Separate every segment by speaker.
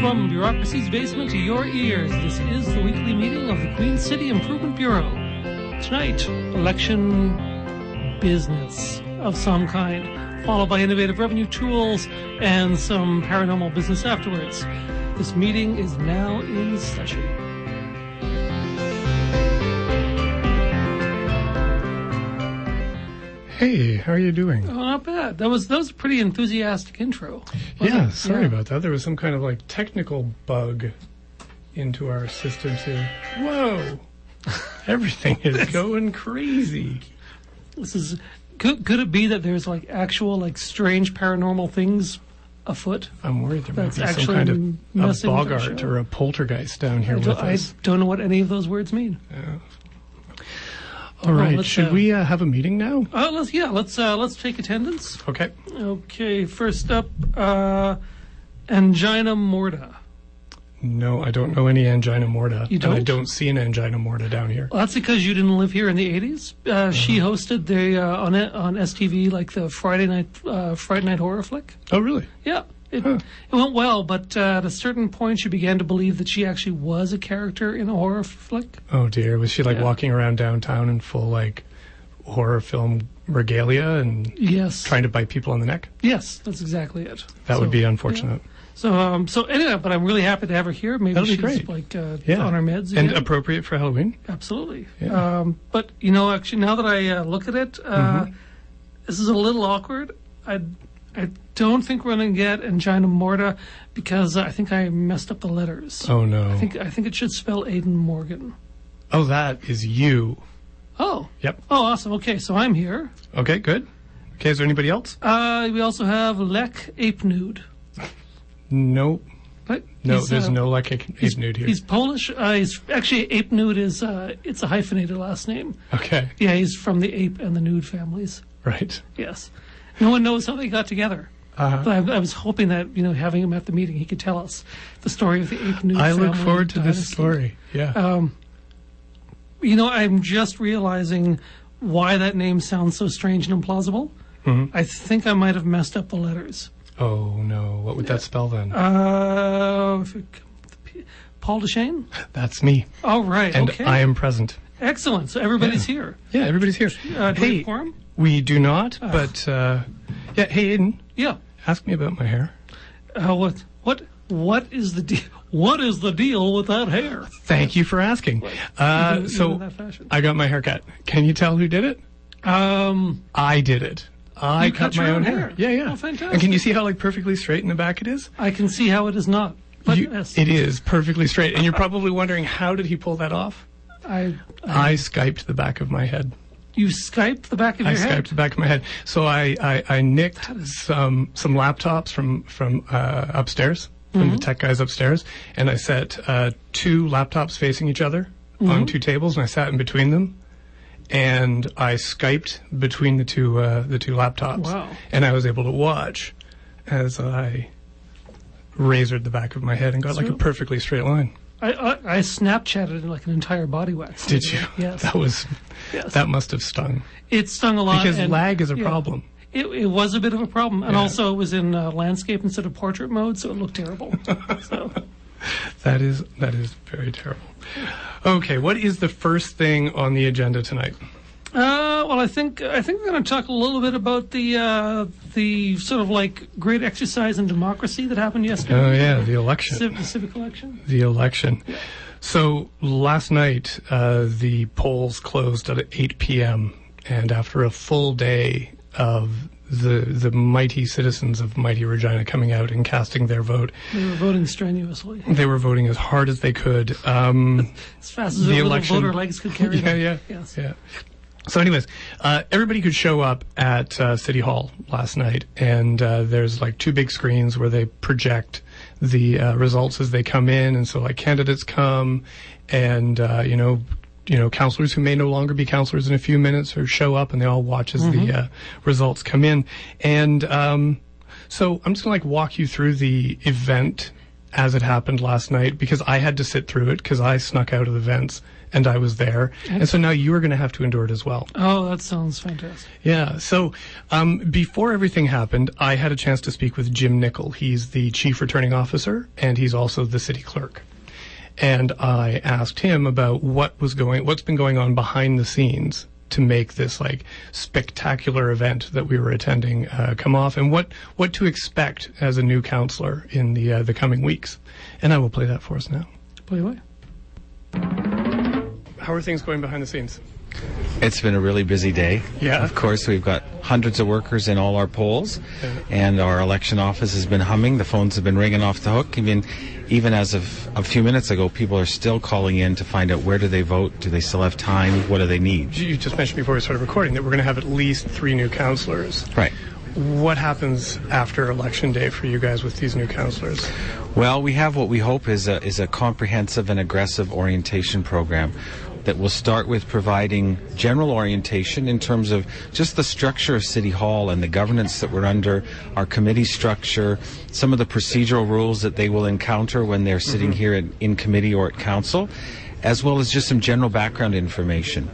Speaker 1: From bureaucracy's basement to your ears, this is the weekly meeting of the Queen City Improvement Bureau. Tonight, election business of some kind, followed by innovative revenue tools and some paranormal business afterwards. This meeting is now in session.
Speaker 2: Hey, how are you doing?
Speaker 1: Oh, not bad. That was that was a pretty enthusiastic intro. wasn't
Speaker 2: yeah,
Speaker 1: it?
Speaker 2: sorry
Speaker 1: Yeah.
Speaker 2: about that. There was some kind of like technical bug into our systems here. Whoa! Everything is going crazy.
Speaker 1: This is could could it be that there's like actual like strange paranormal things afoot?
Speaker 2: I'm worried there might
Speaker 1: That's
Speaker 2: be some
Speaker 1: actually
Speaker 2: kind of a
Speaker 1: messing with our
Speaker 2: boggart
Speaker 1: show.
Speaker 2: or a poltergeist down here
Speaker 1: I
Speaker 2: with
Speaker 1: don't, I
Speaker 2: us.
Speaker 1: don't know what any of those words mean.
Speaker 2: All right,
Speaker 1: let's,
Speaker 2: should
Speaker 1: uh,
Speaker 2: we uh, have a meeting now?
Speaker 1: Uh, let's yeah, let's uh, let's take attendance.
Speaker 2: Okay.
Speaker 1: Okay, first up, uh, angina morta.
Speaker 2: No, I don't know any angina morta.
Speaker 1: You
Speaker 2: And I
Speaker 1: don't?
Speaker 2: don't see an angina morta down here.
Speaker 1: Well, that's because you didn't live here in the '80s. Uh, She
Speaker 2: Uh-huh.
Speaker 1: hosted the uh, on on STV like the Friday night uh, Friday night horror flick.
Speaker 2: Oh, really?
Speaker 1: Yeah. It,
Speaker 2: Huh.
Speaker 1: it went well, but uh, at a certain point, she began to believe that she actually was a character in a horror flick.
Speaker 2: Oh dear, was she like
Speaker 1: Yeah.
Speaker 2: walking around downtown in full like horror film regalia and
Speaker 1: Yes.
Speaker 2: trying to bite people on the neck?
Speaker 1: Yes, that's exactly it.
Speaker 2: That
Speaker 1: So-
Speaker 2: would be unfortunate.
Speaker 1: So, um, so anyway, but I'm really happy to have her here. Maybe
Speaker 2: That'll be
Speaker 1: she's
Speaker 2: great.
Speaker 1: like uh,
Speaker 2: Yeah.
Speaker 1: on her meds
Speaker 2: and
Speaker 1: again.
Speaker 2: appropriate for Halloween.
Speaker 1: Absolutely.
Speaker 2: Yeah. Mm-hmm.
Speaker 1: Um, but you know, actually, now that I uh, look at it, uh, this is a little awkward. I I don't think we're going to get angina morta because I think I messed up the letters.
Speaker 2: Oh no!
Speaker 1: I think I think it should spell Aiden Morgan.
Speaker 2: oh, that is you.
Speaker 1: Oh.
Speaker 2: Yep.
Speaker 1: Oh, awesome. Okay, so I'm here.
Speaker 2: Okay, good. Okay, is there anybody else?
Speaker 1: Uh, we also have Lek Ape Nude.
Speaker 2: No,
Speaker 1: Right?
Speaker 2: no.
Speaker 1: He's,
Speaker 2: there's
Speaker 1: uh,
Speaker 2: no like he's nude here.
Speaker 1: He's Polish. Uh, he's actually Ape Nude is uh, it's a hyphenated last name.
Speaker 2: okay,
Speaker 1: Yeah, he's from the ape and the nude families.
Speaker 2: right.
Speaker 1: Yes. No one knows how they got together.
Speaker 2: Uh,
Speaker 1: But I, I was hoping that you know, having him at the meeting, he could tell us the story of the ape nude.
Speaker 2: I look
Speaker 1: family
Speaker 2: forward to this
Speaker 1: dynasty. Um,
Speaker 2: story. Yeah.
Speaker 1: You know, I'm just realizing why that name sounds so strange and implausible.
Speaker 2: Mm-hmm.
Speaker 1: I think I might have messed up the letters.
Speaker 2: oh no! What would that spell then?
Speaker 1: Uh, if it come with the P- Paul Deshane.
Speaker 2: That's me,
Speaker 1: All right.
Speaker 2: and
Speaker 1: okay.
Speaker 2: I am present.
Speaker 1: Excellent. So everybody's here.
Speaker 2: Yeah, everybody's here.
Speaker 1: Uh, do we have
Speaker 2: hey,
Speaker 1: quorum?
Speaker 2: we do not, but uh, yeah. Hey, Aiden,
Speaker 1: Yeah.
Speaker 2: ask me about my hair.
Speaker 1: Uh, what? What? What is the deal? What is the deal with that hair?
Speaker 2: Thank you for asking. Uh,
Speaker 1: Even- even in
Speaker 2: so
Speaker 1: that fashion.
Speaker 2: I got my haircut. Can you tell who did it?
Speaker 1: Um.
Speaker 2: I did it. I
Speaker 1: You
Speaker 2: cut,
Speaker 1: cut
Speaker 2: my
Speaker 1: your
Speaker 2: own
Speaker 1: own
Speaker 2: hair.
Speaker 1: hair?
Speaker 2: Yeah, yeah.
Speaker 1: Oh, fantastic.
Speaker 2: And can you see how like perfectly straight in the back it is?
Speaker 1: I can see how it is not. But
Speaker 2: You-
Speaker 1: yes,
Speaker 2: It is perfectly straight. And you're probably wondering how did he pull that off?
Speaker 1: I, I
Speaker 2: I skyped the back of my head.
Speaker 1: you Skype the back of
Speaker 2: I
Speaker 1: your head.
Speaker 2: skyped the back of my head. So I I, I nicked some some laptops from from uh, upstairs from
Speaker 1: Mm-hmm.
Speaker 2: the tech guys upstairs, and I set uh, two laptops facing each other
Speaker 1: Mm-hmm.
Speaker 2: on two tables, and I sat in between them. And I skyped between the two uh, the two laptops,
Speaker 1: Wow.
Speaker 2: and I was able to watch as I razored the back of my head and got like a
Speaker 1: So-
Speaker 2: perfectly straight line.
Speaker 1: I, I, I Snapchatted like an entire body wax.
Speaker 2: Did you?
Speaker 1: Yes.
Speaker 2: That was
Speaker 1: Yes.
Speaker 2: that must have stung
Speaker 1: It stung a lot
Speaker 2: because
Speaker 1: and-
Speaker 2: lag is a
Speaker 1: yeah.
Speaker 2: problem.
Speaker 1: It, it was a bit of a problem, and
Speaker 2: Yeah.
Speaker 1: also it was in uh, landscape instead of portrait mode, so it looked terrible. so
Speaker 2: That is that is very terrible. Okay, what is the first thing on the agenda tonight?
Speaker 1: Uh, well, I think I think we're going to talk a little bit about the uh, the sort of like great exercise in democracy that happened yesterday,
Speaker 2: Oh yeah, the election.
Speaker 1: Civ- the civic election.
Speaker 2: the election. So last night uh, the polls closed at 8 p.m. and after a full day of the the mighty citizens of mighty Regina coming out and casting their vote,
Speaker 1: They were voting strenuously,
Speaker 2: they were voting as hard as they could. Um,
Speaker 1: as fast as
Speaker 2: The
Speaker 1: their little
Speaker 2: election-
Speaker 1: voter legs could carry
Speaker 2: yeah,
Speaker 1: them.
Speaker 2: yeah,
Speaker 1: Yes.
Speaker 2: yeah. So, anyways, uh, everybody could show up at uh, City Hall last night, and uh, there's like two big screens where they project the uh, results as they come in, and so like candidates come, and uh, you know. You know, counselors who may no longer be counselors in a few minutes or show up and they all watch as the uh, results come in. And um, so I'm just gonna like walk you through the event as it happened last night because I had to sit through it because I snuck out of the vents and I was there. And so now you are going to have to endure it as well.
Speaker 1: Oh, that sounds fantastic.
Speaker 2: Yeah. So um, before everything happened, I had a chance to speak with Jim Nickel. He's the chief returning officer, and he's also the city clerk. And I asked him about what was going, what's been going on behind the scenes to make this like spectacular event that we were attending uh, come off, and what what to expect as a new counselor in the uh, the coming weeks. And I will play that for us now.
Speaker 1: Play away.
Speaker 2: How are things going behind the scenes?
Speaker 3: It's been a really busy day.
Speaker 2: Yeah.
Speaker 3: Of course, we've got hundreds of workers in all our polls, and our election office has been humming. The phones have been ringing off the hook. Even, even as of a few minutes ago, people are still calling in to find out where do they vote, do they still have time, what do they need.
Speaker 2: You just mentioned before we started recording that we're going to have at least three new counselors.
Speaker 3: Right.
Speaker 2: What happens after election day for you guys with these new counselors?
Speaker 3: Well, we have what we hope is a, is a comprehensive and aggressive orientation program that will start with providing general orientation in terms of just the structure of City Hall and the governance that we're under, our committee structure, some of the procedural rules that they will encounter when they're sitting here in, in committee or at council, as well as just some general background information.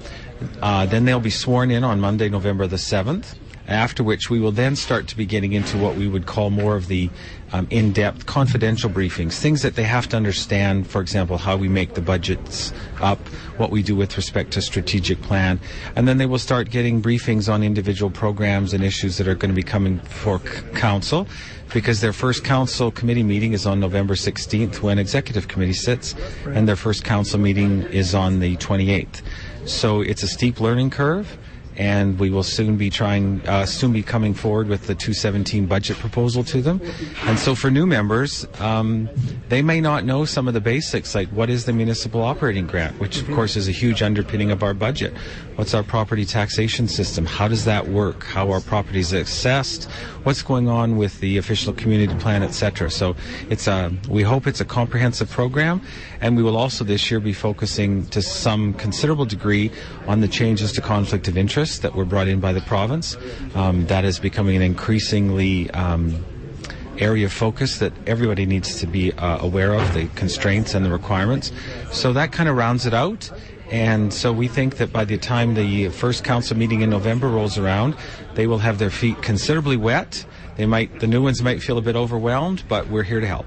Speaker 3: Uh, then they'll be sworn in on Monday, November the 7th after which we will then start to be getting into what we would call more of the um, in-depth confidential briefings, things that they have to understand, for example, how we make the budgets up, what we do with respect to strategic plan, and then they will start getting briefings on individual programs and issues that are going to be coming for c- council, because their first council committee meeting is on November 16th when executive committee sits, and their first council meeting is on the 28th. So it's a steep learning curve and we will soon be trying, uh, soon be coming forward with the 217 budget proposal to them. And so for new members, um, they may not know some of the basics, like what is the municipal operating grant, which of course is a huge underpinning of our budget. What's our property taxation system? How does that work? How are properties assessed? What's going on with the official community plan, etc. So it's a, we hope it's a comprehensive program, and we will also this year be focusing to some considerable degree on the changes to conflict of interest that were brought in by the province. Um, that is becoming an increasingly um, area of focus that everybody needs to be uh, aware of the constraints and the requirements. So that kind of rounds it out. And so we think that by the time the first council meeting in November rolls around, they will have their feet considerably wet. They might, the new ones might feel a bit overwhelmed, but we're here to help.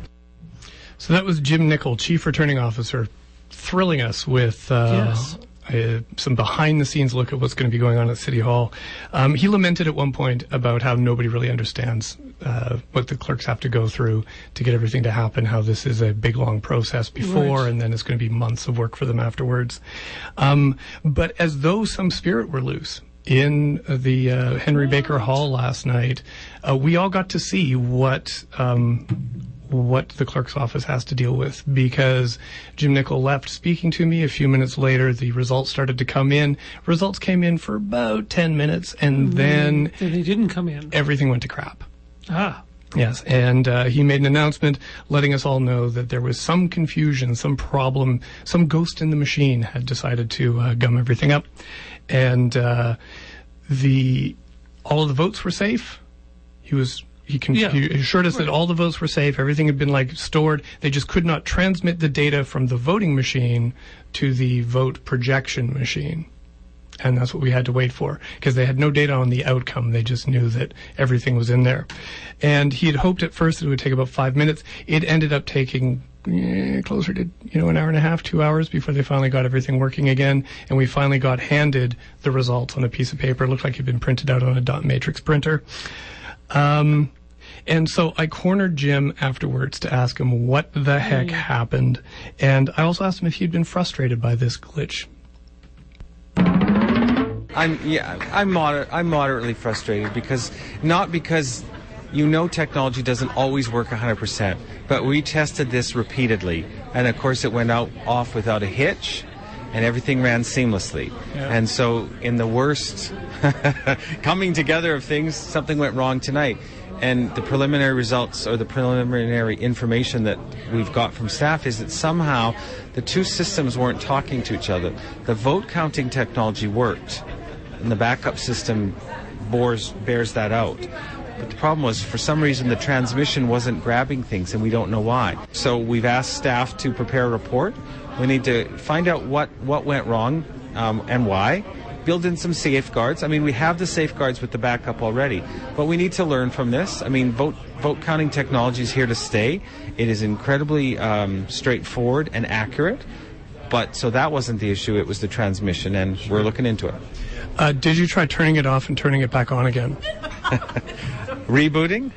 Speaker 2: So that was Jim Nickel, Chief Returning Officer, thrilling us with uh,
Speaker 1: Yes.
Speaker 2: uh, some behind the scenes look at what's going to be going on at City Hall. Um, he lamented at one point about how nobody really understands uh, what the clerks have to go through to get everything to happen, how this is a big, long process before,
Speaker 1: Right.
Speaker 2: and then it's going to be months of work for them afterwards. Um, but as though some spirit were loose, in uh, the uh, Henry Baker Hall last night, uh, we all got to see what um, what the clerk's office has to deal with because Jim Nickel left speaking to me. A few minutes later, the results started to come in. Results came in for about 10 minutes and then
Speaker 1: Then he didn't come in.
Speaker 2: everything went to crap.
Speaker 1: Ah,
Speaker 2: Yes, and uh, he made an announcement letting us all know that there was some confusion, some problem, some ghost in the machine had decided to uh, gum everything up, and uh, the all of the votes were safe. He was he, con-
Speaker 1: Yeah.
Speaker 2: he assured us that all the votes were safe. Everything had been like stored. They just could not transmit the data from the voting machine to the vote projection machine and that's what we had to wait for because they had no data on the outcome. They just knew that everything was in there. And he had hoped at first that it would take about five minutes. It ended up taking eh, closer to you know an hour and a half, two hours before they finally got everything working again. And we finally got handed the results on a piece of paper. It looked like it had been printed out on a dot matrix printer. Um, and so I cornered Jim afterwards to ask him what the heck happened. And I also asked him if he'd been frustrated by this glitch.
Speaker 3: I'm yeah, I'm moder- I'm moderately frustrated because not because you know technology doesn't always work 100%, but we tested this repeatedly and of course it went out off without a hitch and everything ran seamlessly. And so in the worst coming together of things, something went wrong tonight. And the preliminary results or the preliminary information that we've got from staff is that somehow the two systems weren't talking to each other. The vote counting technology worked, and the backup system bores, bears that out. But the problem was, for some reason, the transmission wasn't grabbing things, and we don't know why. So we've asked staff to prepare a report. We need to find out what, what went wrong um, and why. Build in some safeguards. I mean, we have the safeguards with the backup already, but we need to learn from this. I mean, vote vote counting technology is here to stay. It is incredibly um, straightforward and accurate. But so that wasn't the issue; it was the transmission, and we're looking into it.
Speaker 2: Uh, did you try turning it off and turning it back on again?
Speaker 3: Rebooting.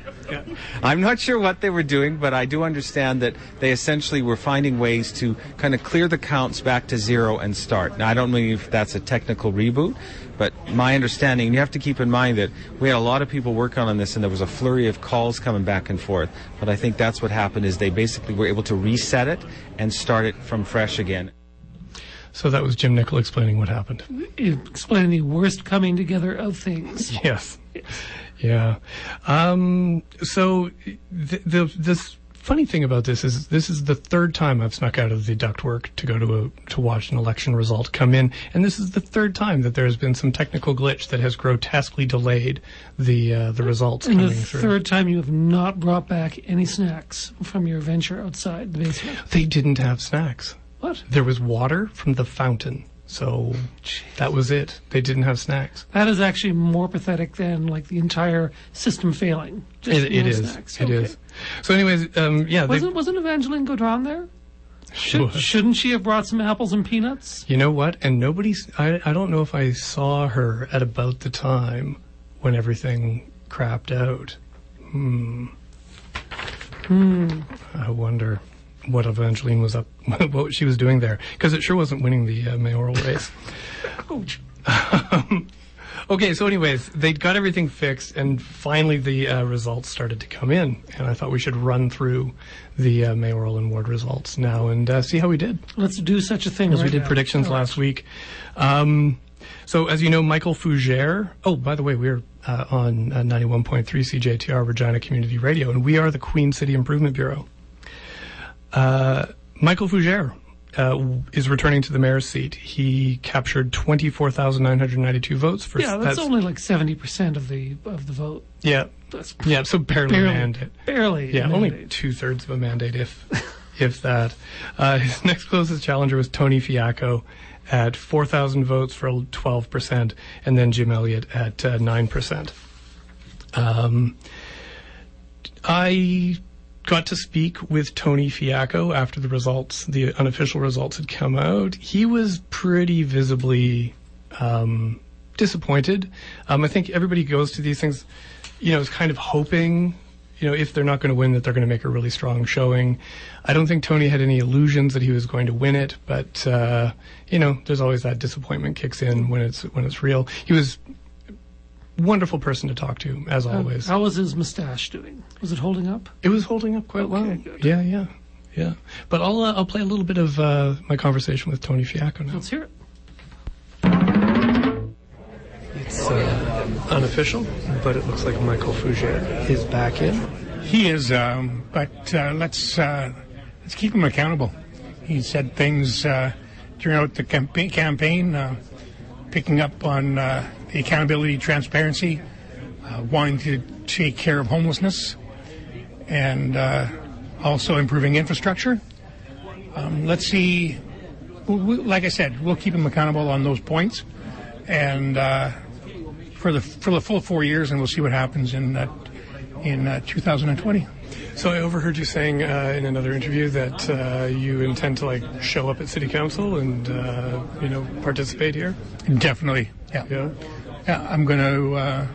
Speaker 3: I'm not sure what they were doing, but I do understand that they essentially were finding ways to kind of clear the counts back to zero and start. Now, I don't know if that's a technical reboot, but my understanding, you have to keep in mind that we had a lot of people working on this and there was a flurry of calls coming back and forth. But I think that's what happened is they basically were able to reset it and start it from fresh again.
Speaker 2: So that was Jim Nickel explaining what happened.
Speaker 1: Explain the worst coming together of things.
Speaker 2: Yes. Yeah. Um, so the, the this funny thing about this is this is the third time I've snuck out of the ductwork to go to a, to watch an election result come in, and this is the third time that there has been some technical glitch that has grotesquely delayed the uh, the results
Speaker 1: And the
Speaker 2: coming through.
Speaker 1: third time you have not brought back any snacks from your venture outside the basement.
Speaker 2: They didn't have snacks.
Speaker 1: What?
Speaker 2: There was water from the fountain. So that was it. They didn't have snacks.
Speaker 1: That is actually more pathetic than like the entire system failing. Just
Speaker 2: It, it
Speaker 1: no
Speaker 2: is.
Speaker 1: snacks.
Speaker 2: It
Speaker 1: Okay.
Speaker 2: is. So, anyways, um, yeah. they-
Speaker 1: Wasn't wasn't Evangeline Godron there?
Speaker 2: She
Speaker 1: Should,
Speaker 2: was.
Speaker 1: shouldn't she have brought some apples and peanuts?
Speaker 2: You know what? And nobody's. I, I don't know if I saw her at about the time when everything crapped out. Hmm. I wonder what Evangeline was up, what she was doing there, because it sure wasn't winning the uh, mayoral race.
Speaker 1: Ouch.
Speaker 2: Okay, so anyways, they got everything fixed, and finally the uh, results started to come in, and I thought we should run through the uh, mayoral and ward results now and uh, see how we did.
Speaker 1: Let's do such a thing.
Speaker 2: as we
Speaker 1: right
Speaker 2: did
Speaker 1: now. Oh,
Speaker 2: predictions last week. Um, so, as you know, Michael Fougere. Oh, by the way, we're uh, on uh, 91.3 CJTR Regina Community Radio, and we are the Queen City Improvement Bureau. Uh, Michael Fougere uh, w- is returning to the mayor's seat. He captured 24,992 votes. For
Speaker 1: Yeah, that's, only like seventy percent of the of the vote.
Speaker 2: yeah,
Speaker 1: That's
Speaker 2: yeah. So barely,
Speaker 1: barely,
Speaker 2: mandate.
Speaker 1: barely.
Speaker 2: Yeah, only
Speaker 1: mandate.
Speaker 2: two thirds of a mandate, if if that. Uh, his next closest challenger was Tony Fiacco at 4,000 votes for 12%, and then Jim Elliott at uh, 9%. Um, I got to speak with Tony Fiacco after the results, the unofficial results had come out. He was pretty visibly um, disappointed. Um, I think everybody goes to these things, you know, is kind of hoping, you know, if they're not going to win, that they're going to make a really strong showing. I don't think Tony had any illusions that he was going to win it, but uh, you know, there's always that disappointment kicks in when it's when it's real. He was a wonderful person to talk to, as always.
Speaker 1: Um, How was his mustache doing? Was it holding up?
Speaker 2: It was holding up quite
Speaker 1: Okay,
Speaker 2: well.
Speaker 1: good.
Speaker 2: Yeah, yeah, yeah. But I'll uh, I'll play a little bit of uh, my conversation with Tony Fiacco now.
Speaker 1: Let's hear it.
Speaker 2: It's uh, unofficial, but it looks like Michael Fougere is back in.
Speaker 4: He is, um, but uh, let's uh, let's keep him accountable. He said things uh, throughout the campa- campaign, uh, picking up on uh, the accountability, transparency, uh, wanting to take care of homelessness, and uh, also improving infrastructure. Um, let's see. We, we, like I said, we'll keep him accountable on those points, and uh, for the for the full four years, and we'll see what happens in that in uh, 2020.
Speaker 2: So I overheard you saying uh, in another interview that uh, you intend to like show up at city council and uh, you know participate here.
Speaker 4: Definitely, yeah.
Speaker 2: Yeah.
Speaker 4: Yeah, I'm going to uh,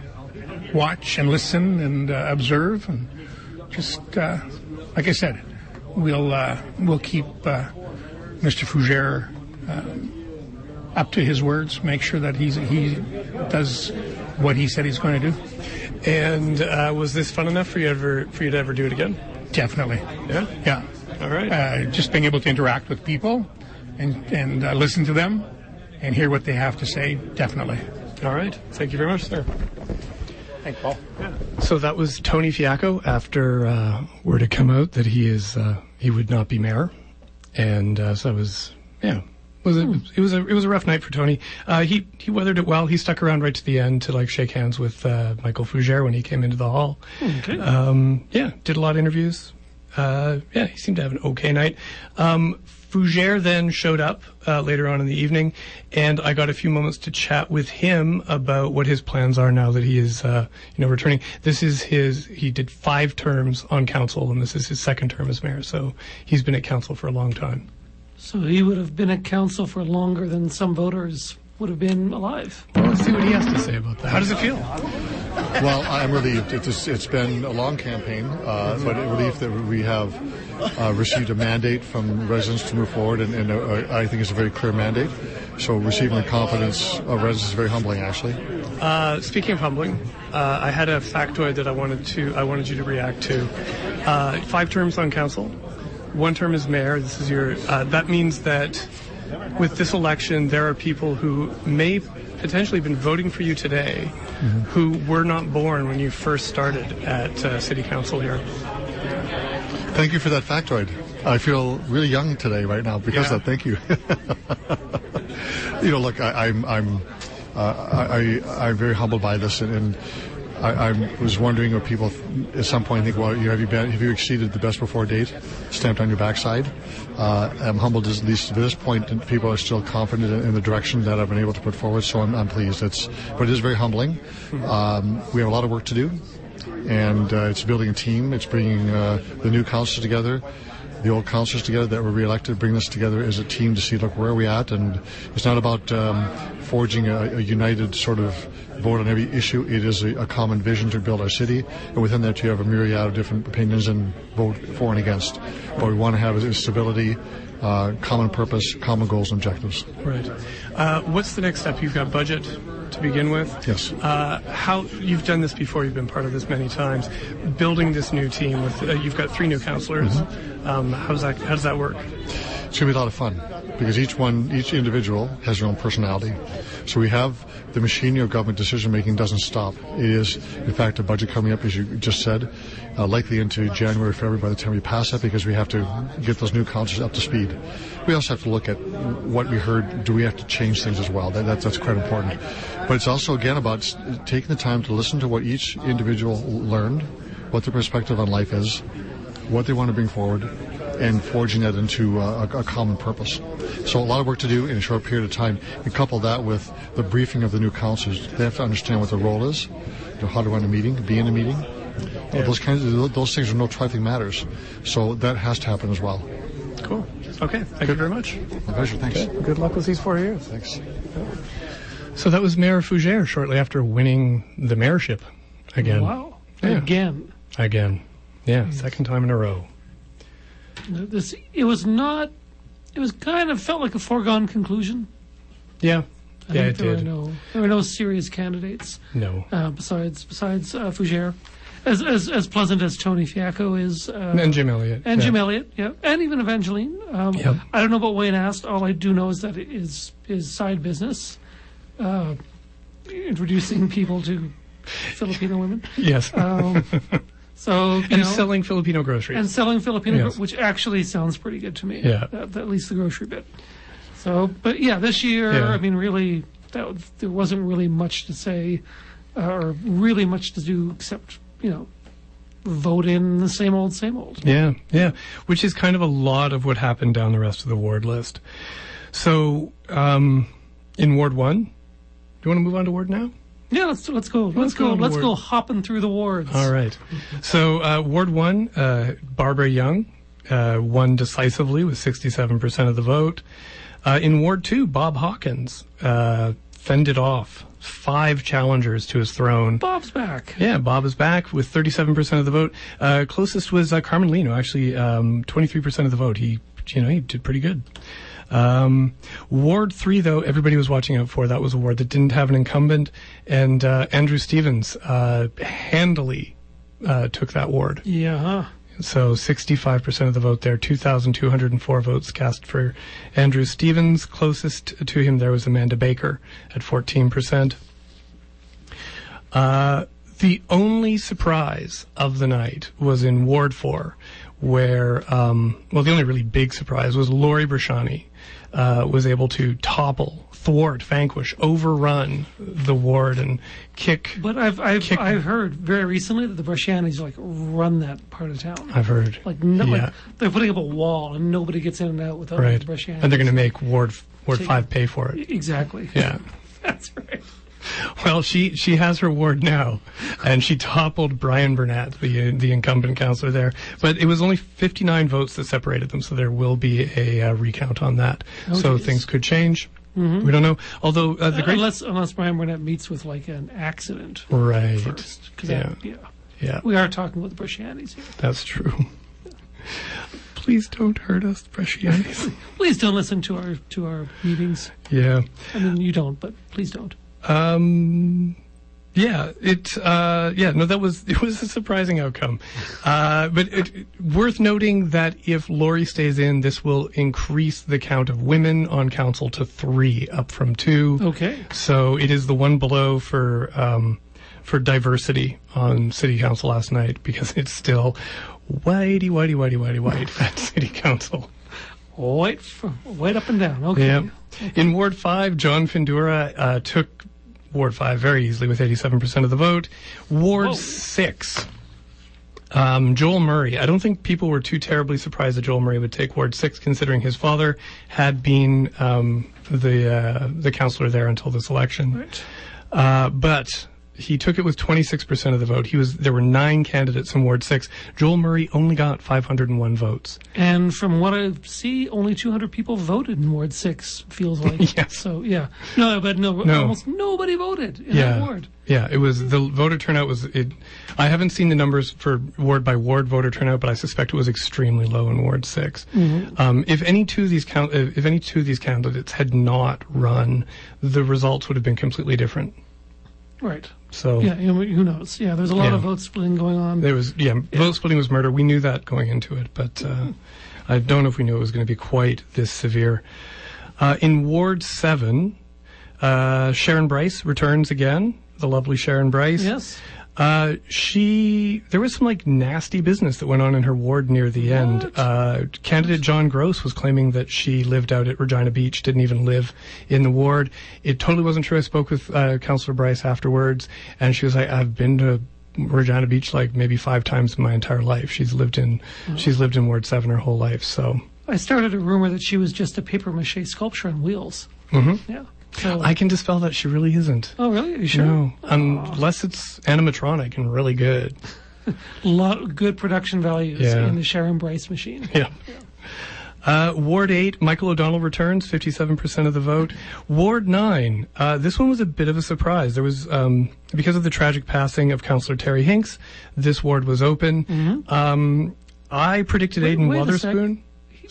Speaker 4: watch and listen and uh, observe, and just uh, like I said, we'll uh, we'll keep uh, Mr. Fougere uh, up to his words. Make sure that he's he does what he said he's going to do.
Speaker 2: And uh, was this fun enough for you ever for you to ever do it again?
Speaker 4: Definitely,
Speaker 2: Yeah.
Speaker 4: yeah.
Speaker 2: All right.
Speaker 4: Uh, just being able to interact with people and and uh, listen to them and hear what they have to say. Definitely.
Speaker 2: All right. Thank you very much, sir.
Speaker 4: Thanks, Paul.
Speaker 2: So that was Tony Fiacco after uh, word had come out that he is uh, he would not be mayor, and uh, so that was yeah was
Speaker 4: Hmm.
Speaker 2: a, it was a it was a rough night for Tony. Uh, he he weathered it well. He stuck around right to the end to like shake hands with uh, Michael Fougere when he came into the hall.
Speaker 4: Hmm.
Speaker 1: Okay.
Speaker 2: Um, yeah, did a lot of interviews. Uh, yeah, he seemed to have an okay night. Um, Fougere then showed up uh, later on in the evening, and I got a few moments to chat with him about what his plans are now that he is, uh, you know, returning. This is his. He did five terms on council, and this is his second term as mayor. So he's been at council for a long time.
Speaker 1: So he would have been at council for longer than some voters would have been alive.
Speaker 2: Well, let's see what he has to say about that. How does it feel?
Speaker 5: Well, I'm relieved. It is, it's been a long campaign, uh, but I'm relieved that we have uh, received a mandate from residents to move forward, and, and uh, I think it's a very clear mandate. So receiving the confidence of residents is very humbling, actually.
Speaker 2: Uh, speaking of humbling, uh, I had a factoid that I wanted to I wanted you to react to. Uh, five terms on council, one term as mayor. This is your. Uh, that means that with this election, there are people who may potentially have been voting for you today, who were not born when you first started at uh, city council here.
Speaker 5: Thank you for that factoid. I feel really young today, right now, because
Speaker 2: Yeah.
Speaker 5: of that. Thank you. you know, look, I, I'm, I'm, uh, I, I, I'm very humbled by this, and, and I, I was wondering if people at some point think, well, you know, have you been, have you exceeded the best before date stamped on your backside? Uh, I'm humbled as, at least at this point, and people are still confident in, in the direction that I've been able to put forward. So I'm, I'm pleased. It's, but it is very humbling. Um, we have a lot of work to do, and uh, it's building a team. It's bringing uh, the new council together the old councils together that were reelected, bring this together as a team to see, look, where are we at? And it's not about um, forging a, a united sort of vote on every issue. It is a, a common vision to build our city. And within that, you have a myriad of different opinions and vote for and against. What we want to have is stability, uh, common purpose, common goals and objectives.
Speaker 2: Right. Uh, what's the next step? You've got budget to begin with.
Speaker 5: Yes.
Speaker 2: Uh, how you've done this before? You've been part of this many times. Building this new team with uh, you've got three new counselors. Um, how's that? How does that work?
Speaker 5: It's going to be a lot of fun because each one, each individual has their own personality. So we have the machinery of government decision making doesn't stop. It is, in fact, a budget coming up, as you just said, uh, likely into January, February by the time we pass that because we have to get those new councils up to speed. We also have to look at what we heard. Do we have to change things as well? That, that's, that's quite important. But it's also, again, about s- taking the time to listen to what each individual learned, what their perspective on life is, what they want to bring forward and forging that into uh, a, a common purpose. So a lot of work to do in a short period of time. And couple that with the briefing of the new councils. They have to understand what their role is, you know, how to run a meeting, be in a meeting. Uh, Those kinds of, those things are no trifling matters. So that has to happen as well.
Speaker 2: Cool. Okay. Thank you very much.
Speaker 5: My pleasure. Thanks.
Speaker 2: Good luck with these four years.
Speaker 5: Thanks.
Speaker 2: So that was Mayor Fougere shortly after winning the mayorship again.
Speaker 1: Wow. Hmm.
Speaker 2: Yeah.
Speaker 1: Again.
Speaker 2: Again. Yeah. Second time in a row.
Speaker 1: This it was not it was kind of felt like a foregone conclusion.
Speaker 2: Yeah.
Speaker 1: I
Speaker 2: yeah, it
Speaker 1: think there
Speaker 2: did.
Speaker 1: were no there were no serious candidates
Speaker 2: No.
Speaker 1: uh, besides besides uh, Fougere. As, as as pleasant as Tony Fiacco is uh,
Speaker 2: and Jim Elliott.
Speaker 1: and
Speaker 2: yeah.
Speaker 1: Jim Elliott, yeah, and even Evangeline. Um,
Speaker 2: Yep.
Speaker 1: I don't know about Wayne Ast. All I do know is that it is is side business, uh, introducing people to Filipino women.
Speaker 2: Yes.
Speaker 1: Um, so you
Speaker 2: and
Speaker 1: know,
Speaker 2: selling Filipino groceries.
Speaker 1: and selling Filipino, gro-
Speaker 2: Yes.
Speaker 1: which actually sounds pretty good to me.
Speaker 2: Yeah.
Speaker 1: At, at least the grocery bit. So, but yeah, this year,
Speaker 2: Yeah.
Speaker 1: I mean, really, that, there wasn't really much to say, uh, or really much to do except you know, vote in the same old, same old.
Speaker 2: Yeah, yeah, which is kind of a lot of what happened down the rest of the ward list. So, um, in Ward One, do you want to move on to Ward now?
Speaker 1: Yeah, let's let's go. Let's,
Speaker 2: Let's
Speaker 1: go.
Speaker 2: go to
Speaker 1: let's
Speaker 2: ward-
Speaker 1: go hopping through the wards.
Speaker 2: All right. So, uh, Ward One, uh, Barbara Young uh, won decisively with sixty-seven percent of the vote. Uh, in Ward Two, Bob Hawkins uh, fended off five challengers to his throne.
Speaker 1: Bob's back.
Speaker 2: Yeah, Bob is back with 37% of the vote. Uh, closest was uh, Carmen Lino, actually, um, 23% of the vote. He, you know, he did pretty good. Um, Ward 3, though, everybody was watching out for. That was a ward that didn't have an incumbent. And uh, Andrew Stevens uh, handily uh, took that ward.
Speaker 1: Yeah. huh.
Speaker 2: So 65% of the vote there, 2,204 votes cast for Andrew Stevens. Closest to him there was Amanda Baker at 14%. Uh, the only surprise of the night was in Ward 4, where, um, well, the only really big surprise was Lori Brashani uh, was able to topple, thwart, vanquish, overrun the ward and kick.
Speaker 1: But I've I've
Speaker 2: Kick-
Speaker 1: I've heard very recently that the Brescianis like run that part of town.
Speaker 2: I've heard.
Speaker 1: like no, like
Speaker 2: Yeah.
Speaker 1: they're putting up a wall and nobody gets in and out without
Speaker 2: right.
Speaker 1: the Brescianis.
Speaker 2: And they're going to make Ward, Ward
Speaker 1: Take-
Speaker 2: 5 pay for it.
Speaker 1: exactly.
Speaker 2: Yeah.
Speaker 1: that's right.
Speaker 2: Well, she, she has her ward now, and she toppled Brian Burnett, the the incumbent counselor there. But it was only 59 votes that separated them, so there will be a uh, recount on that. so
Speaker 1: geez.
Speaker 2: things could change. We don't know. Although uh, the great
Speaker 1: Mm-hmm. unless unless Brian Burnett meets with like an accident
Speaker 2: right,
Speaker 1: first. 'cause
Speaker 2: yeah,
Speaker 1: that- yeah,
Speaker 2: yeah,
Speaker 1: we are talking about the Brescianis here.
Speaker 2: that's true. Please don't hurt us, Brescianis.
Speaker 1: Please don't listen to our to our meetings.
Speaker 2: yeah.
Speaker 1: I mean, you don't, but please don't.
Speaker 2: Um, yeah, it. Uh, yeah, no, that was it was a surprising outcome, uh, but it, it- worth noting that if Lori stays in, this will increase the count of women on council to three, up from two.
Speaker 1: Okay.
Speaker 2: So it is the one below for um, for diversity on City Council last night because it's still whitey, whitey, whitey, whitey, white at City Council.
Speaker 1: Wait, for, wait up and down. Okay.
Speaker 2: Yeah. In Ward 5, John Findura uh, took Ward 5 very easily with 87% of the vote. Ward
Speaker 1: Whoa.
Speaker 2: 6, um, Joel Murray. I don't think people were too terribly surprised that Joel Murray would take Ward 6, considering his father had been um, the, uh, the counselor there until this election.
Speaker 1: Right.
Speaker 2: Uh, but he took it with 26% of the vote. He was There were nine candidates in Ward 6. Joel Murray only got 501 votes.
Speaker 1: And from what I see, only 200 people voted in Ward 6, feels like.
Speaker 2: Yeah.
Speaker 1: So, yeah. No, but no,
Speaker 2: No.
Speaker 1: almost nobody voted in that ward.
Speaker 2: Yeah, it was the voter turnout was it. I haven't seen the numbers for ward by ward voter turnout, but I suspect it was extremely low in Ward 6
Speaker 1: Mm-hmm.
Speaker 2: Um, if any two of these count, if if any two of these candidates had not run, the results would have been completely different.
Speaker 1: Right.
Speaker 2: So
Speaker 1: Yeah, you know, who knows? Yeah, there's a lot
Speaker 2: Yeah.
Speaker 1: of vote splitting going on.
Speaker 2: there was yeah, vote splitting was murder. We knew that going into it, but
Speaker 1: Mm-hmm.
Speaker 2: uh, I don't know if we knew it was going to be quite this severe. Uh, in Ward Seven, uh, Sharon Bryce returns again. The lovely Sharon Bryce.
Speaker 1: Yes.
Speaker 2: Uh, she there was some like nasty business that went on in her ward near the end. Uh, candidate John Gross was claiming that she lived out at Regina Beach, didn't even live in the ward. It totally wasn't true. I spoke with uh, Councillor Bryce afterwards, and she was like, "I've been to." Regina Beach, like maybe five times in my entire life. She's lived in, she's lived in Ward Seven her whole life. So
Speaker 1: I started a rumor that she was just a paper mache sculpture on wheels. Mm-hmm. Yeah. So,
Speaker 2: I can dispel that she really isn't.
Speaker 1: oh, really? Are you sure?
Speaker 2: No, unless it's animatronic and really good.
Speaker 1: lot good production values
Speaker 2: Yeah.
Speaker 1: in the Sharon Bryce machine.
Speaker 2: Yeah. Uh, Ward 8, Michael O'Donnell returns, 57% of the vote. Ward 9, uh, this one was a bit of a surprise. There was, um, because of the tragic passing of Councillor Terry Hinks, this ward was open. Um, I predicted
Speaker 1: Mm-hmm. Wait-
Speaker 2: Aidan
Speaker 1: wait a
Speaker 2: Watherspoon.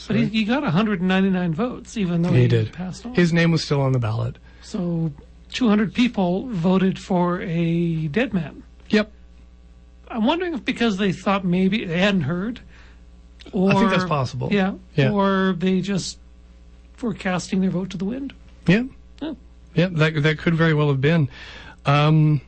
Speaker 1: But he, he got 199 votes, even though Oh, he,
Speaker 2: He did.
Speaker 1: passed on.
Speaker 2: His name was still on the ballot.
Speaker 1: so 200 people voted for a dead man.
Speaker 2: Yep.
Speaker 1: I'm wondering if because they thought maybe they hadn't heard, or
Speaker 2: think that's possible.
Speaker 1: Yeah,
Speaker 2: Yeah.
Speaker 1: or they just were casting their vote to the wind.
Speaker 2: Yeah.
Speaker 1: Oh.
Speaker 2: Yeah, that, that could very well have been. Um,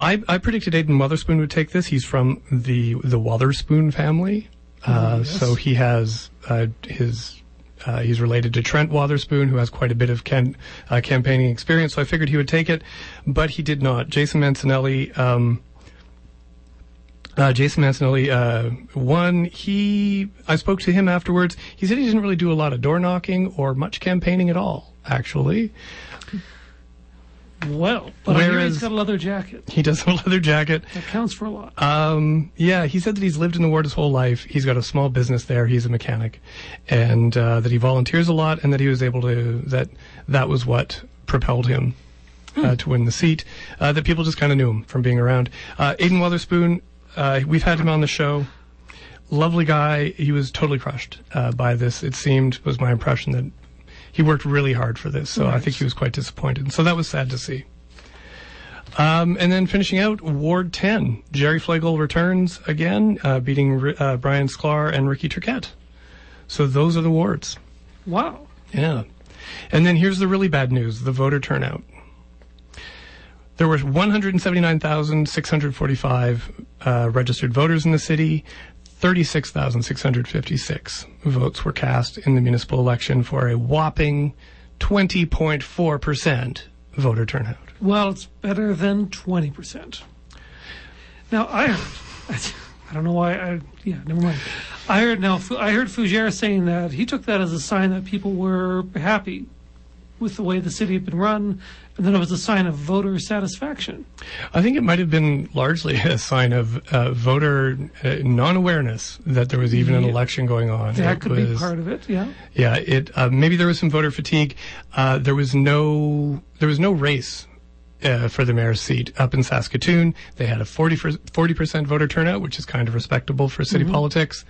Speaker 2: I, I predicted Aidan Watherspoon would take this. He's from the the Watherspoon family, uh, so he has uh, his uh, he's related to Trent Watherspoon, who has quite a bit of can, uh, campaigning experience. So I figured he would take it, but he did not. Jason Mancinelli. Um, uh, Jason Mancinelli, uh, one, he, I spoke to him afterwards. He said he didn't really do a lot of door knocking or much campaigning at all, actually.
Speaker 1: Well, but I hear he's
Speaker 2: Whereas-
Speaker 1: got a leather jacket.
Speaker 2: He does have a leather jacket.
Speaker 1: That counts for a lot.
Speaker 2: Um, yeah, he said that he's lived in the ward his whole life. He's got a small business there. He's a mechanic, and uh, that he volunteers a lot, and that he was able to that that was what propelled him uh, to win the seat. Uh, that people just kind of knew him from being around. Uh, Aiden Weatherspoon, uh, we've had him on the show. Lovely guy. He was totally crushed uh, by this. It seemed was my impression that he worked really hard for this, so I think he was quite disappointed. And so that was sad to see. Um, and then finishing out, Ward 10. Jerry Flagel returns again, uh, beating Ri- uh, Brian Sklar and Ricky Turquette. So those are the wards.
Speaker 1: wow.
Speaker 2: Yeah. And then here's the really bad news the voter turnout. There were 179,645 uh, registered voters in the city. 36,656 votes were cast in the municipal election for a whopping 20.4% voter turnout.
Speaker 1: Well, it's better than 20%. Now, I heard, I don't know why, I, yeah, never mind. I heard now, Fu- I heard Fougere saying that he took that as a sign that people were happy with the way the city had been run, and that it was a sign of voter satisfaction.
Speaker 2: I think it might have been largely a sign of uh, voter uh, non-awareness that there was even an
Speaker 1: Yeah.
Speaker 2: election going on.
Speaker 1: That
Speaker 2: It
Speaker 1: could be
Speaker 2: was-
Speaker 1: part of it, yeah.
Speaker 2: Yeah, it uh, maybe there was some voter fatigue. Uh, there was no there was no race uh, for the mayor's seat up in Saskatoon. They had a 40 percent voter turnout, which is kind of respectable for city politics,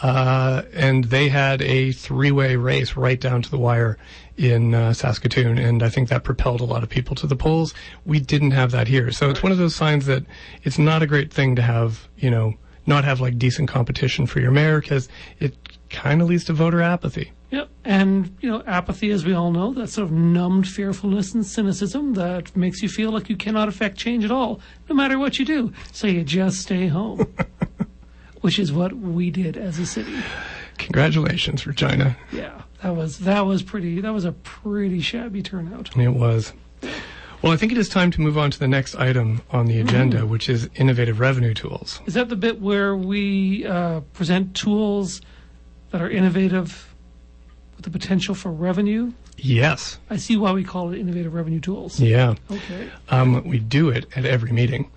Speaker 2: uh, and they had a three way race right down to the wire in uh, Saskatoon, and I think that propelled a lot of people to the polls. We didn't have that here, so it's one of those signs that it's not a great thing to have. You know. Not have like decent competition for your mayor because it kind of leads to voter apathy.
Speaker 1: Yep. And, you know, apathy, as we all know, that sort of numbed fearfulness and cynicism that makes you feel like you cannot affect change at all, no matter what you do. So you just stay home, which is what we did as a city.
Speaker 2: Congratulations, Regina.
Speaker 1: Yeah. That was, that was pretty, that was a pretty shabby turnout.
Speaker 2: It was. Well, I think it is time to move on to the next item on the agenda, which is innovative revenue tools.
Speaker 1: Is that the bit where we uh, present tools that are innovative with the potential for revenue?
Speaker 2: Yes.
Speaker 1: I see why we call it innovative revenue tools.
Speaker 2: Yeah.
Speaker 1: Okay.
Speaker 2: Um, we do it at every meeting.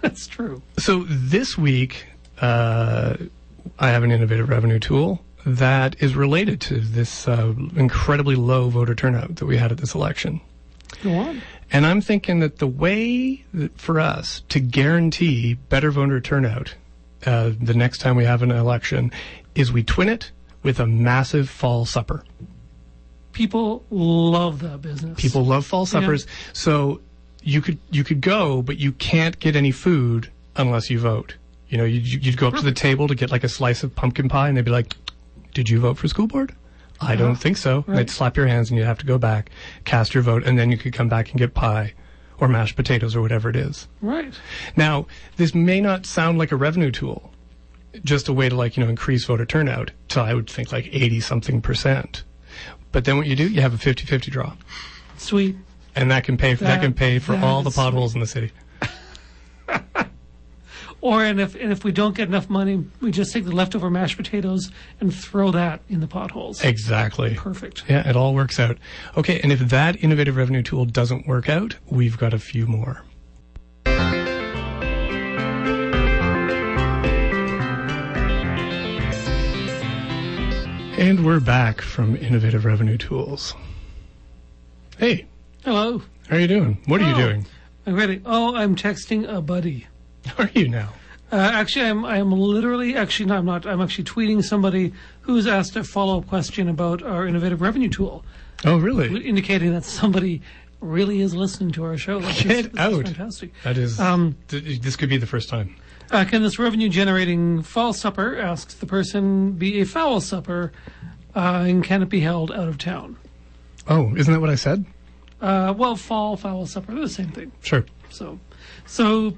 Speaker 1: That's true.
Speaker 2: So this week, uh, I have an innovative revenue tool that is related to this uh, incredibly low voter turnout that we had at this election.
Speaker 1: Go on.
Speaker 2: And I'm thinking that the way that for us to guarantee better voter turnout uh, the next time we have an election is we twin it with a massive fall supper.
Speaker 1: People love that business.
Speaker 2: People love fall
Speaker 1: Yeah.
Speaker 2: suppers, so you could you could go, but you can't get any food unless you vote. You know, you'd, you'd go up to the table to get like a slice of pumpkin pie, and they'd be like, "Did you vote for school board?" I don't think so. And They'd slap your hands, and you'd have to go back, cast your vote, and then you could come back and get pie, or mashed potatoes, or whatever it is.
Speaker 1: Right.
Speaker 2: Now, this may not sound like a revenue tool, just a way to like, you know, increase voter turnout to I would think like 80 something percent. But then what you do, you have a 50-50 draw.
Speaker 1: Sweet.
Speaker 2: And that can pay for, that,
Speaker 1: That-
Speaker 2: can pay for
Speaker 1: that
Speaker 2: all the
Speaker 1: is
Speaker 2: potholes in the city.
Speaker 1: Or and if and if we don't get enough money, we just take the leftover mashed potatoes and throw that in the potholes.
Speaker 2: Exactly.
Speaker 1: Perfect.
Speaker 2: Yeah, it all works out. Okay, and if that innovative revenue tool doesn't work out, we've got a few more. And we're back from Innovative Revenue Tools. Hey,
Speaker 1: Hello.
Speaker 2: how are you doing? What are you
Speaker 1: Oh.
Speaker 2: doing?
Speaker 1: I'm ready. Oh, I'm texting a buddy.
Speaker 2: How are you now?
Speaker 1: Uh, actually, I'm I'm literally actually no, I'm not. I'm actually tweeting somebody who's asked a follow up question about our innovative revenue tool,
Speaker 2: Oh, really?
Speaker 1: indicating that somebody really is listening to our show. This is-
Speaker 2: Get
Speaker 1: this is
Speaker 2: out. Uh,
Speaker 1: fantastic.
Speaker 2: That is,
Speaker 1: Um,
Speaker 2: th- this could be the first time.
Speaker 1: Uh, can this revenue generating fall supper, asks the person, be a foul supper, uh, and can it be held out of town?
Speaker 2: Oh, isn't that what I said?
Speaker 1: Uh, well, fall, foul supper, they're the same thing.
Speaker 2: Sure.
Speaker 1: So, so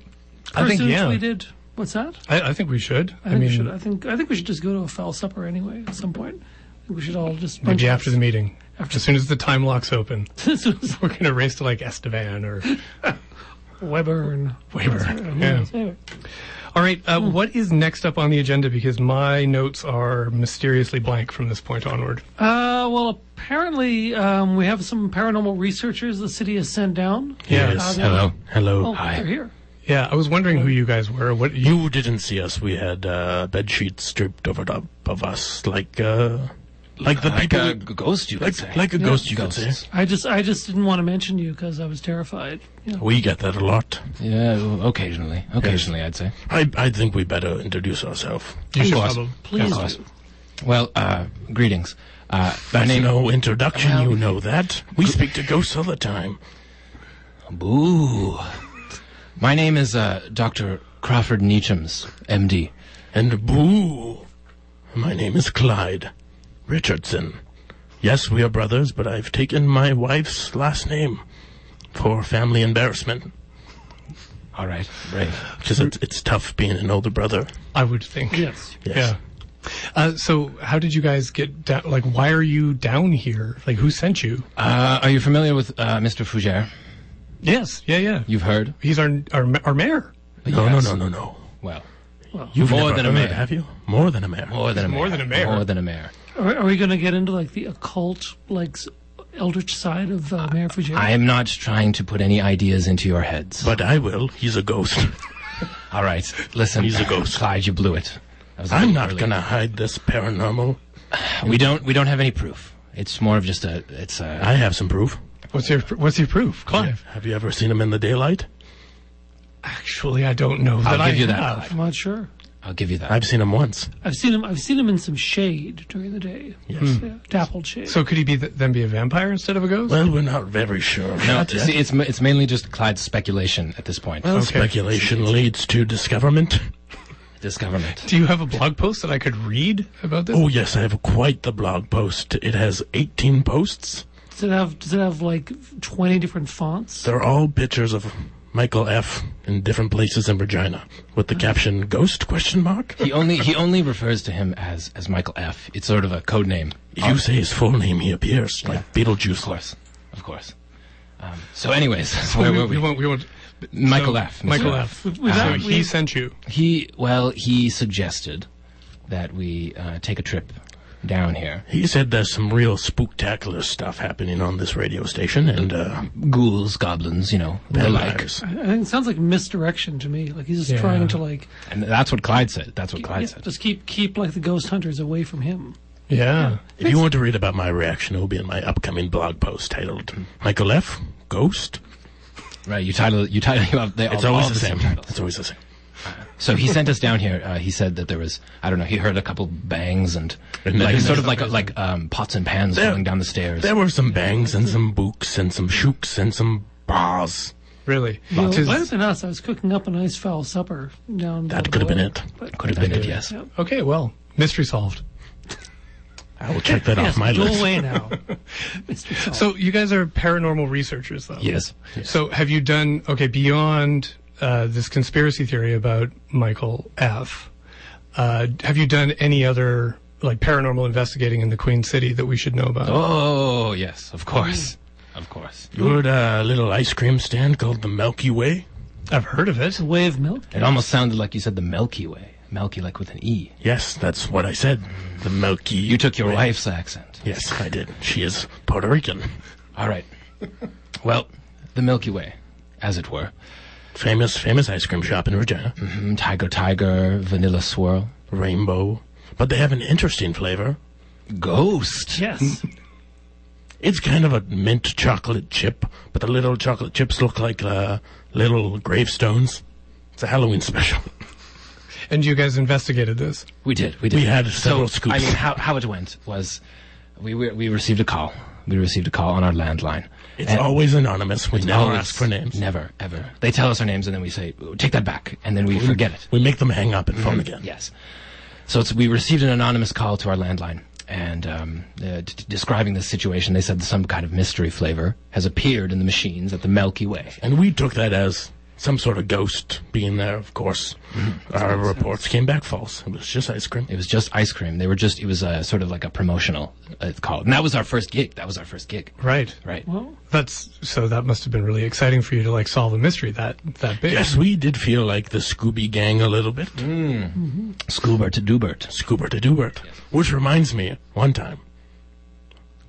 Speaker 1: person
Speaker 2: I think, yeah.
Speaker 1: tweeted, what's that?
Speaker 2: I, I think we should.
Speaker 1: I, think we should, I think, I think we should just go to a foul supper anyway at some point. I think we should all just bunch
Speaker 2: Maybe
Speaker 1: up
Speaker 2: after the meeting. as soon as the time locks open,
Speaker 1: this was
Speaker 2: we're going to race to like Estevan or
Speaker 1: Weber and
Speaker 2: Weber.
Speaker 1: who
Speaker 2: Yeah.
Speaker 1: knows? Anyway.
Speaker 2: All right. Uh, What is next up on the agenda? Because my notes are mysteriously blank from this point onward.
Speaker 1: Uh, well, apparently um, we have some paranormal researchers the city has sent down.
Speaker 2: Yes.
Speaker 6: Hello. Hello.
Speaker 1: Oh, they're
Speaker 6: Hi.
Speaker 1: here.
Speaker 2: Yeah. I was wondering who you guys were. What you?
Speaker 6: You didn't see us. We had uh, bed sheets stripped over top of us, like uh, like the
Speaker 7: Like
Speaker 6: people,
Speaker 7: a g- ghost, you could say.
Speaker 6: like, like a ghost. You could
Speaker 7: Ghosts.
Speaker 6: say.
Speaker 1: I just I just didn't want to mention you because I was terrified. You know,
Speaker 6: We get that a lot.
Speaker 7: Yeah, well, occasionally. Occasionally, I'd say.
Speaker 6: I I think we better introduce ourselves.
Speaker 2: You should
Speaker 7: course.
Speaker 2: probably.
Speaker 1: please.
Speaker 7: Of course.
Speaker 1: do.
Speaker 7: Well, uh, greetings. Uh, my
Speaker 6: That's
Speaker 7: name.
Speaker 6: no introduction.
Speaker 7: Well-
Speaker 6: you know that. We speak to ghosts all the time.
Speaker 7: Boo. My name is uh, Dr. Crawford Neachams, MD.
Speaker 6: And boo. My name is Clyde Richardson. Yes, we are brothers, but I've taken my wife's last name for family embarrassment.
Speaker 7: All right. Brave.
Speaker 6: Because
Speaker 7: Mm.
Speaker 6: it's, it's tough being an older brother.
Speaker 2: I would think.
Speaker 1: Yes.
Speaker 6: Yes.
Speaker 2: Yeah. Uh, so, how did you guys get down? Like, why are you down here? Like, who sent you?
Speaker 7: Uh, are you familiar with uh, Mr. Fougere?
Speaker 2: Yes. Yeah, yeah.
Speaker 7: You've heard?
Speaker 2: He's our, our our mayor.
Speaker 6: No,
Speaker 7: Yes.
Speaker 6: no, no, no, no.
Speaker 7: Well,
Speaker 6: You've
Speaker 7: More
Speaker 6: never
Speaker 7: than a
Speaker 6: heard,
Speaker 7: man.
Speaker 6: have you? More than a man.
Speaker 7: more than a mayor.
Speaker 2: more than a mayor.
Speaker 7: More than a mayor.
Speaker 1: Are, are we going to get into like the occult, like s- eldritch side of uh, Mayor Fujera?
Speaker 7: I am not trying to put any ideas into your heads.
Speaker 6: But I will. He's a ghost.
Speaker 7: All right. Listen.
Speaker 6: He's a ghost.
Speaker 7: Clyde, you blew it. That was a
Speaker 6: I'm
Speaker 7: little
Speaker 6: not
Speaker 7: early.
Speaker 6: gonna hide this paranormal.
Speaker 7: We don't. We don't have any proof. It's more of just a. It's a.
Speaker 6: I have some proof.
Speaker 2: What's your What's your proof, Clive?
Speaker 6: Have you ever seen him in the daylight?
Speaker 2: Actually, I don't know that
Speaker 7: I'll
Speaker 2: I
Speaker 7: give you that.
Speaker 2: have.
Speaker 1: I'm not sure.
Speaker 7: I'll give you that.
Speaker 6: I've seen him once.
Speaker 1: I've seen him. I've seen him in some shade during the day. Yes, yeah, dappled shade.
Speaker 2: So, could he be th- then be a vampire instead of a ghost?
Speaker 6: Well, we're not very sure. of
Speaker 7: no,
Speaker 6: that yet.
Speaker 7: see, it's ma- it's mainly just Clyde's speculation at this point.
Speaker 6: Well,
Speaker 2: okay.
Speaker 6: speculation leads to discoverment.
Speaker 7: This government.
Speaker 2: Do you have a blog post that I could read about this?
Speaker 6: Oh yes, I have quite the blog post. It has 18 posts.
Speaker 1: does it have? Does it have like 20 different fonts?
Speaker 6: They're all pictures of Michael F. in different places in Regina, with the caption "Ghost?" Question mark.
Speaker 7: He only he only refers to him as as Michael F. It's sort of a code name. Um,
Speaker 6: If you say his full name, he appears like Beetlejuice.
Speaker 7: Of course, of course. Um, so, anyways,
Speaker 2: we,
Speaker 7: where were
Speaker 2: we
Speaker 7: we?
Speaker 2: won't. We won't.
Speaker 7: Michael
Speaker 2: so,
Speaker 7: F. Mr.
Speaker 2: Michael F.
Speaker 1: With- with
Speaker 2: so
Speaker 1: that,
Speaker 2: he
Speaker 1: we-
Speaker 2: sent you.
Speaker 7: He well, he suggested that we uh, take a trip down here.
Speaker 6: He said there's some real spooktacular stuff happening on this radio station, and uh,
Speaker 7: Ghouls, goblins, you know, the like.
Speaker 6: vampires.
Speaker 1: I think it sounds like misdirection to me. Like he's just
Speaker 2: Yeah.
Speaker 1: trying to like
Speaker 7: And that's what Clyde said. That's what Clyde
Speaker 1: yeah,
Speaker 7: said.
Speaker 1: just keep keep like the ghost hunters away from him.
Speaker 2: Yeah.
Speaker 6: If you want to read about my reaction, it will be in my upcoming blog post titled "Michael F. Ghost."
Speaker 7: Right? You title you title you have they
Speaker 6: It's
Speaker 7: all,
Speaker 6: always
Speaker 7: all
Speaker 6: the,
Speaker 7: the
Speaker 6: same.
Speaker 7: titles.
Speaker 6: It's always the same.
Speaker 7: So he sent us down here. Uh, he said that there was I don't know. He heard a couple bangs and,
Speaker 6: And
Speaker 7: like
Speaker 6: then-
Speaker 7: sort of like a, like um, pots and pans
Speaker 6: There-
Speaker 7: falling down the stairs.
Speaker 6: There were some bangs and some books and some shooks and some bars.
Speaker 2: Really.
Speaker 1: You know, it
Speaker 2: Tis-
Speaker 1: might have been us. I was cooking up a nice foul supper down. by
Speaker 6: That
Speaker 1: the
Speaker 6: could have been
Speaker 1: boil.
Speaker 6: it.
Speaker 1: But-
Speaker 7: Could have been it. Yes.
Speaker 1: Yeah.
Speaker 2: okay. Well, mystery solved.
Speaker 6: I will check that
Speaker 1: Yes,
Speaker 6: off my
Speaker 1: go
Speaker 6: list.
Speaker 1: away now. Mr. Salt.
Speaker 2: So you guys are paranormal researchers, though.
Speaker 7: Yes.
Speaker 2: So have you done okay beyond uh, this conspiracy theory about Michael F? Uh, have you done any other like paranormal investigating in the Queen City that we should know about?
Speaker 7: Oh yes, of course, of course.
Speaker 6: You heard a uh, little ice cream stand called the Milky Way?
Speaker 2: I've heard of it.
Speaker 1: the way of milk.
Speaker 7: It almost sounded like you said the Milky Way. Milky, like with an E.
Speaker 6: Yes, that's what I said. The Milky.
Speaker 7: You took your wife's accent.
Speaker 6: Yes, I did. She is Puerto Rican.
Speaker 7: All right. Well, the Milky Way, as it were.
Speaker 6: Famous, famous ice cream shop in Regina.
Speaker 7: Mm, tiger, tiger, vanilla swirl,
Speaker 6: Rainbow. But they have an interesting flavor.
Speaker 7: ghost.
Speaker 1: Yes.
Speaker 6: It's kind of a mint chocolate chip, but the little chocolate chips look like uh, little gravestones. It's a Halloween special.
Speaker 2: And you guys investigated this.
Speaker 7: We did. We did.
Speaker 6: We had
Speaker 7: so,
Speaker 6: several scoops.
Speaker 7: I mean, how, how it went was, we, we we received a call. We received a call on our landline.
Speaker 6: It's
Speaker 7: And-
Speaker 6: always anonymous. We never
Speaker 7: always-
Speaker 6: ask for names.
Speaker 7: Never, ever. They tell us our names and then we say, "Take that back," and then we forget it.
Speaker 6: We make them hang up and phone again.
Speaker 7: Mm-hmm. Yes. So it's, we received an anonymous call to our landline, and um, uh, d- describing this situation, they said some kind of mystery flavor has appeared in the machines at the Milky Way.
Speaker 6: And we took that as some sort of ghost being there, of course. Our reports came back false. It was just ice cream.
Speaker 7: Mm-hmm. It was just ice cream. They were just. It was a sort of like a promotional uh, call, and that was our first gig. That was our first gig.
Speaker 2: Right.
Speaker 7: Right.
Speaker 1: well,
Speaker 2: That's so that must have been really exciting for you to like solve a mystery that that big.
Speaker 6: Yes, we did feel like the Scooby Gang a little bit.
Speaker 7: Mm-hmm. Scuba to Dubert.
Speaker 6: Scoober to Dubert. Which reminds me, one time,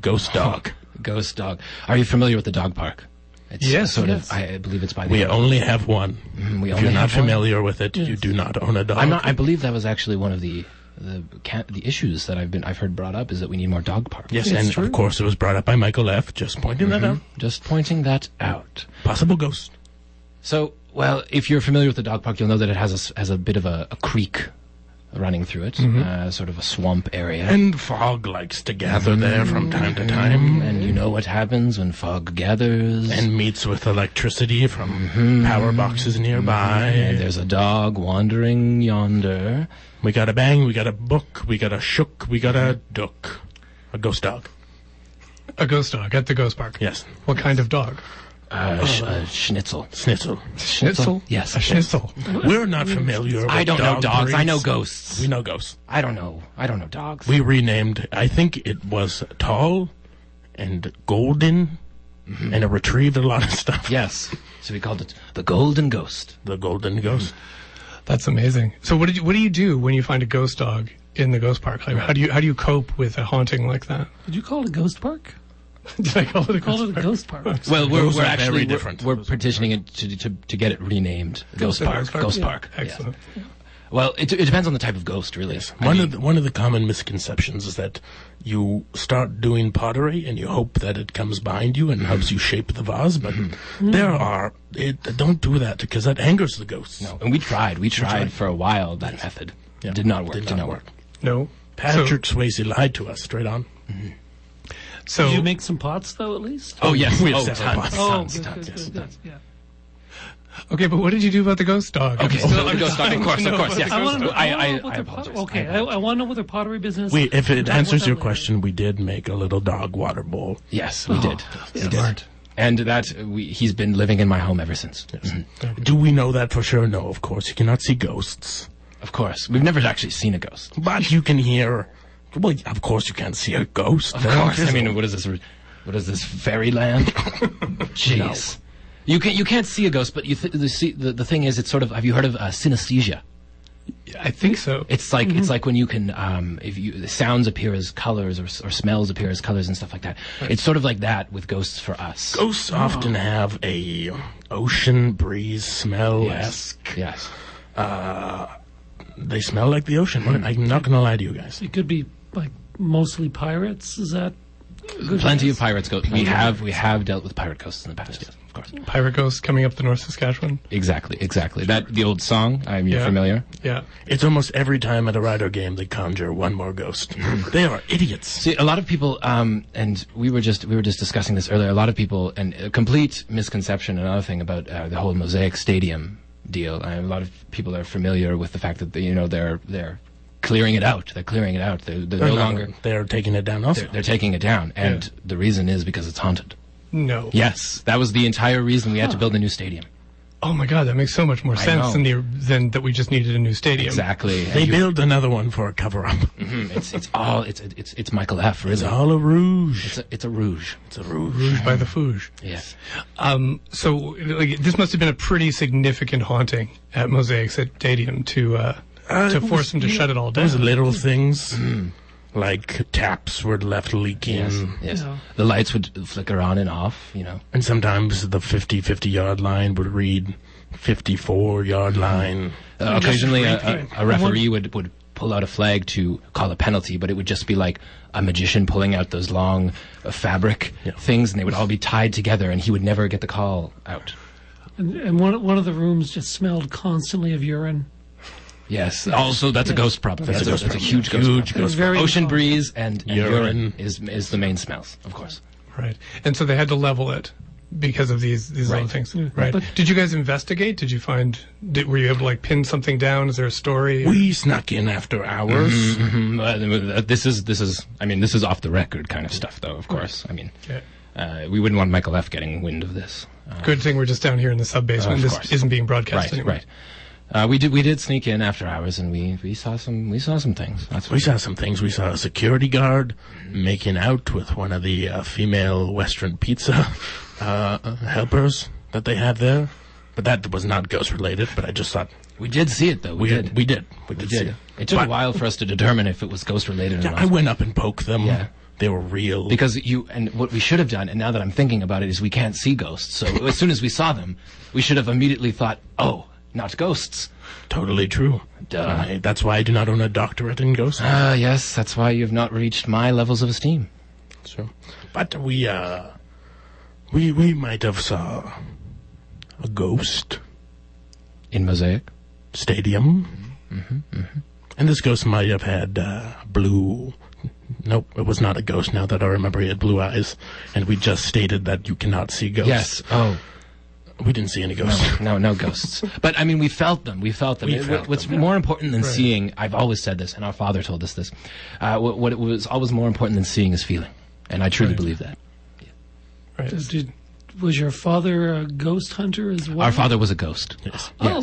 Speaker 6: Ghost Dog.
Speaker 7: Ghost dog. Are you familiar with the dog park? It's
Speaker 2: Yes,
Speaker 7: Sort
Speaker 2: yes.
Speaker 7: of. I I believe it's by the.
Speaker 6: We only have one.
Speaker 7: Mm-hmm. we
Speaker 6: if
Speaker 7: only
Speaker 6: you're not
Speaker 7: have one.
Speaker 6: familiar with it, you do not own a dog.
Speaker 7: I'm not. I believe that was actually one of the the ca- the issues that I've been I've heard brought up is that we need more dog parks.
Speaker 6: yes,
Speaker 1: It's
Speaker 6: and
Speaker 1: true.
Speaker 6: of course it was brought up by Michael F. Just pointing that out.
Speaker 7: Just pointing that out.
Speaker 6: Possible ghost.
Speaker 7: So, well, if you're familiar with the dog park, you'll know that it has a, s- has a bit of a, a creek running through it,
Speaker 2: Mm-hmm.
Speaker 7: uh, sort of a swamp area. And,
Speaker 6: And fog likes to gather there from time to
Speaker 7: Mm-hmm.
Speaker 6: time.
Speaker 7: Um, you know what happens when fog gathers.
Speaker 6: and meets with electricity from
Speaker 7: Mm-hmm.
Speaker 6: power boxes nearby.
Speaker 7: and Uh, there's a dog wandering yonder.
Speaker 6: We got a bang, we got a book, we got a shook, we got a duck. A ghost dog.
Speaker 2: A ghost dog at the ghost park.
Speaker 6: Yes.
Speaker 2: What kind of dog?
Speaker 6: Oh,
Speaker 7: uh, sh- uh, schnitzel.
Speaker 6: Schnitzel.
Speaker 2: Schnitzel?
Speaker 7: Yes.
Speaker 2: A schnitzel.
Speaker 6: We're not familiar. With
Speaker 7: I don't know
Speaker 6: dog
Speaker 7: dogs. I
Speaker 6: breeds.
Speaker 7: know ghosts.
Speaker 6: We know ghosts.
Speaker 7: I don't know. I don't know dogs.
Speaker 6: We renamed. I think it was tall and golden,
Speaker 7: Mm-hmm.
Speaker 6: and it retrieved a lot of stuff.
Speaker 7: yes. So we called it the Golden Ghost.
Speaker 6: The golden ghost.
Speaker 2: That's amazing. So what did you, what do you do when you find a ghost dog in the ghost park? Like, how do you how do you cope with a haunting like that?
Speaker 1: Did you call it a ghost park?
Speaker 2: Did I call it a
Speaker 1: Call
Speaker 2: ghost
Speaker 1: it a
Speaker 2: park?
Speaker 1: ghost park.
Speaker 7: Well, we're,
Speaker 6: Those
Speaker 7: we're
Speaker 6: are
Speaker 7: actually
Speaker 6: very
Speaker 7: we're-
Speaker 6: different.
Speaker 7: We're, petitioning it to, to, to get it renamed Ghost Park. Ghost
Speaker 2: Yeah.
Speaker 7: Park. yes.
Speaker 2: Excellent.
Speaker 7: Well, it, it depends on the type of ghost, really. I
Speaker 6: One
Speaker 7: mean-
Speaker 6: of the, one of the common misconceptions is that you start doing pottery and you hope that it comes behind you and helps you shape the vase, but there are it, don't do that because that angers the ghosts.
Speaker 7: No, and we tried. We tried, for a while that method.
Speaker 6: Yeah.
Speaker 7: Did not work. Oh.
Speaker 6: Did
Speaker 7: Did,
Speaker 6: not
Speaker 7: not work.
Speaker 2: No.
Speaker 6: Patrick Swayze lied to us straight on.
Speaker 2: So
Speaker 1: Did you make some pots though, at least?
Speaker 7: Oh yes,
Speaker 6: We have
Speaker 7: oh,
Speaker 6: several
Speaker 7: tons,
Speaker 6: boxes.
Speaker 1: Oh,
Speaker 7: tons,
Speaker 1: good,
Speaker 7: tons,
Speaker 1: good,
Speaker 7: yes,
Speaker 1: good,
Speaker 7: tons.
Speaker 1: good, yeah.
Speaker 2: okay, but what did you do about the ghost dog?
Speaker 7: Okay,
Speaker 2: I'm
Speaker 7: so
Speaker 2: still-
Speaker 7: the
Speaker 2: I'm
Speaker 7: ghost dog,
Speaker 2: dying
Speaker 7: of course,
Speaker 2: to
Speaker 7: of
Speaker 2: know
Speaker 7: course,
Speaker 2: about
Speaker 7: yes.
Speaker 2: the
Speaker 1: I
Speaker 2: ghost
Speaker 1: want to know,
Speaker 2: dog.
Speaker 1: I
Speaker 7: I-
Speaker 1: wanna
Speaker 7: I-
Speaker 1: know what
Speaker 7: I
Speaker 1: their
Speaker 7: apologize.
Speaker 1: pot- okay,
Speaker 7: I
Speaker 1: I, I want to know what their pottery business.
Speaker 6: We, if
Speaker 1: We'll talk
Speaker 6: it
Speaker 1: about
Speaker 6: answers
Speaker 1: that
Speaker 6: your
Speaker 1: later.
Speaker 6: question, we did make a little dog water bowl.
Speaker 7: Oh. Yes, we did. we
Speaker 2: smart.
Speaker 7: did. And that we, he's been living in my home ever since. Mhm.
Speaker 6: Do we know that for sure? No, of course. You cannot see ghosts,
Speaker 7: Of course, we've never actually seen a ghost.
Speaker 6: but you can hear. Well, of course, you can see a ghost.
Speaker 7: Of course. I mean, what is this? re- What is this fairyland? Jeez. You can you can't see a ghost, but you th- the, see, the the thing is, it's sort of. Have you heard of uh, synesthesia?
Speaker 2: I think so.
Speaker 7: It's like it's like when you can um, if you the sounds appear as colors or, s- or smells appear as colors and stuff like that. It's sort of like that with ghosts for us.
Speaker 6: ghosts often have a ocean breeze smell esque.
Speaker 7: Yes.
Speaker 6: They smell like the ocean. I'm not gonna lie to you guys.
Speaker 7: Mm.
Speaker 1: It could be like mostly pirates. Is that a good
Speaker 7: Plenty
Speaker 1: guess?
Speaker 7: of pirates go. We have we have dealt with pirate ghosts in the past. Yes, of course.
Speaker 2: Pirate ghosts coming up the North Saskatchewan.
Speaker 7: Exactly, exactly. That the old song. I'm you're
Speaker 2: Yeah.
Speaker 7: familiar.
Speaker 2: Yeah.
Speaker 6: It's almost every time at a rider game they conjure one more ghost. they are idiots.
Speaker 7: Mm. See, a lot of people, um, and we were just we were just discussing this earlier. A lot of people, and a complete misconception. Another thing about uh, the whole mosaic stadium deal. And a lot of people are familiar with the fact that they, you know they're they're clearing it out. They're clearing it out. They're, they're no longer.
Speaker 6: They're taking it down also.
Speaker 7: They're, they're taking it down, and the reason is because it's haunted.
Speaker 2: No.
Speaker 7: Yes, that was the entire reason we had to build a new stadium.
Speaker 2: Oh my God, that makes so much more sense
Speaker 7: know.
Speaker 2: than the than that we just needed a new stadium.
Speaker 7: Exactly. And
Speaker 6: They
Speaker 7: you- Mm. hmm,
Speaker 6: build another one for a cover up.
Speaker 7: it's it's all it's it's it's Michael F. Really.
Speaker 6: It's all a rouge.
Speaker 7: It's a, it's a rouge.
Speaker 6: It's a rouge.
Speaker 2: By the Fouge.
Speaker 7: Yes.
Speaker 2: Um, so like, this must have been a pretty significant haunting at Mosaic Stadium to uh,
Speaker 6: Uh,
Speaker 2: to
Speaker 6: it
Speaker 2: force
Speaker 6: was-
Speaker 2: them to shut it all down.
Speaker 6: There's little things like taps were left leaking.
Speaker 7: Mm. Yes. Yes.
Speaker 1: Yeah.
Speaker 7: The lights would flicker on and off. You know.
Speaker 6: And sometimes the 50 50 yard line would read 54 yard
Speaker 7: Mm.
Speaker 6: line.
Speaker 7: Uh, occasionally, a,
Speaker 2: creepy.
Speaker 7: a, a referee would, would pull out a flag to call a penalty, but it would just be like a magician pulling out those long uh, fabric things, and they would all be tied together, and he would never get the call out.
Speaker 1: And, and one one of the rooms just smelled constantly of urine.
Speaker 7: Yes. Also, that's a ghost problem. That's, a, that's a huge ghost
Speaker 6: Huge
Speaker 7: problem.
Speaker 6: ghost
Speaker 1: Very
Speaker 7: Ocean
Speaker 1: important.
Speaker 7: breeze and, and
Speaker 6: Urine.
Speaker 7: urine, is is the main smells, of course.
Speaker 2: Right. And so they had to level it because of these these
Speaker 7: Right.
Speaker 2: little things. Right.
Speaker 1: But-
Speaker 2: did you guys investigate? Did you find? Did, were you able to like pin something down? Is there a story?
Speaker 6: We snuck in after hours.
Speaker 7: Mm, uh, This is this is I mean this is off the record kind of stuff, though. Of course, I mean
Speaker 2: Yeah.
Speaker 7: uh, we wouldn't want Michael F. getting wind of this.
Speaker 2: Good thing we're just down here in the sub basement.
Speaker 7: Of
Speaker 2: This
Speaker 7: course.
Speaker 2: isn't being broadcast
Speaker 7: Right,
Speaker 2: anymore.
Speaker 7: right. Uh, we did we did sneak in after hours, and we, we saw some we saw some things. That's
Speaker 6: We saw some things. We saw a security guard making out with one of the uh, female Western pizza uh, helpers that they had there. But that was not ghost related, but I just thought
Speaker 7: we did see it though. We,
Speaker 6: we,
Speaker 7: did.
Speaker 6: we did. We
Speaker 7: We
Speaker 6: did. see
Speaker 7: did.
Speaker 6: it.
Speaker 7: It took
Speaker 6: But-
Speaker 7: a while for us to determine if it was ghost related
Speaker 6: Yeah,
Speaker 7: or
Speaker 6: I
Speaker 7: not.
Speaker 6: went up and poked them.
Speaker 7: Yeah.
Speaker 6: They were real.
Speaker 7: because you and what we should have done, and now that I'm thinking about it, is we can't see ghosts. So as soon as we saw them, we should have immediately thought, "Oh, not ghosts."
Speaker 6: totally true.
Speaker 7: Duh.
Speaker 6: I- that's why I do not own a doctorate in ghosts.
Speaker 7: Ah, yes, that's why you have not reached my levels of esteem.
Speaker 6: So, but we uh, we we might have saw a ghost
Speaker 7: In mosaic,
Speaker 6: stadium, and this ghost might have had uh, blue. Nope, it was not a ghost. Now that I remember, he had blue eyes, and we just stated that you cannot see ghosts.
Speaker 7: yes. Oh,
Speaker 6: we didn't see any ghosts.
Speaker 7: no, no ghosts. But I mean, we felt them. We felt them.
Speaker 6: We
Speaker 7: It-
Speaker 6: felt
Speaker 7: what's
Speaker 6: them.
Speaker 7: more important than seeing? I've always said this, and our father told us this. Uh, what, what was always more important than seeing is feeling, and I truly believe that.
Speaker 2: Right.
Speaker 1: Did, was your father a ghost hunter as well?
Speaker 7: Our father was a ghost. Yes.
Speaker 1: Oh,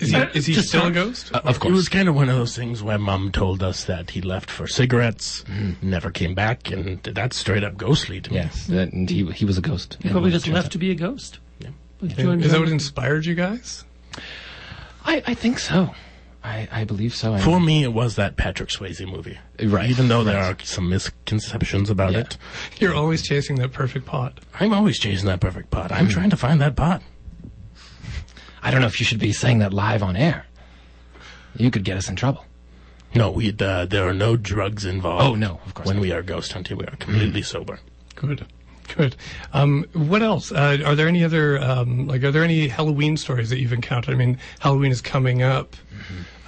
Speaker 2: Is he, is he
Speaker 1: Just
Speaker 2: still a
Speaker 1: not-
Speaker 2: ghost?
Speaker 7: Uh, of
Speaker 6: It
Speaker 7: course.
Speaker 6: was kind of one of those things where mom told us that he left for cigarettes, never came back, and that's straight up ghostly to me.
Speaker 7: Mm-hmm. yes. that- and he, he was a ghost.
Speaker 1: he probably just left to be a ghost. Like Joan
Speaker 2: Is that what
Speaker 1: Jett.
Speaker 2: inspired you guys?
Speaker 7: I, I think so. I, I believe so. I
Speaker 6: For me, it was that Patrick Swayze movie.
Speaker 7: Right,
Speaker 6: Even though there are some misconceptions about
Speaker 7: Yeah.
Speaker 6: it.
Speaker 2: You're always chasing that perfect pot.
Speaker 6: I'm always chasing that perfect pot.
Speaker 7: Mm.
Speaker 6: I'm trying to find that pot.
Speaker 7: I don't know if you should be saying that live on air. You could get us in trouble.
Speaker 6: No, we, uh, there are no drugs involved.
Speaker 7: Oh, no, of course
Speaker 6: When
Speaker 7: not. Mm.
Speaker 6: we are ghost hunting, we are completely sober.
Speaker 2: Good, good. Um, what else? Uh, are there any other um, like Are there any Halloween stories that you've encountered? I mean, Halloween is coming up.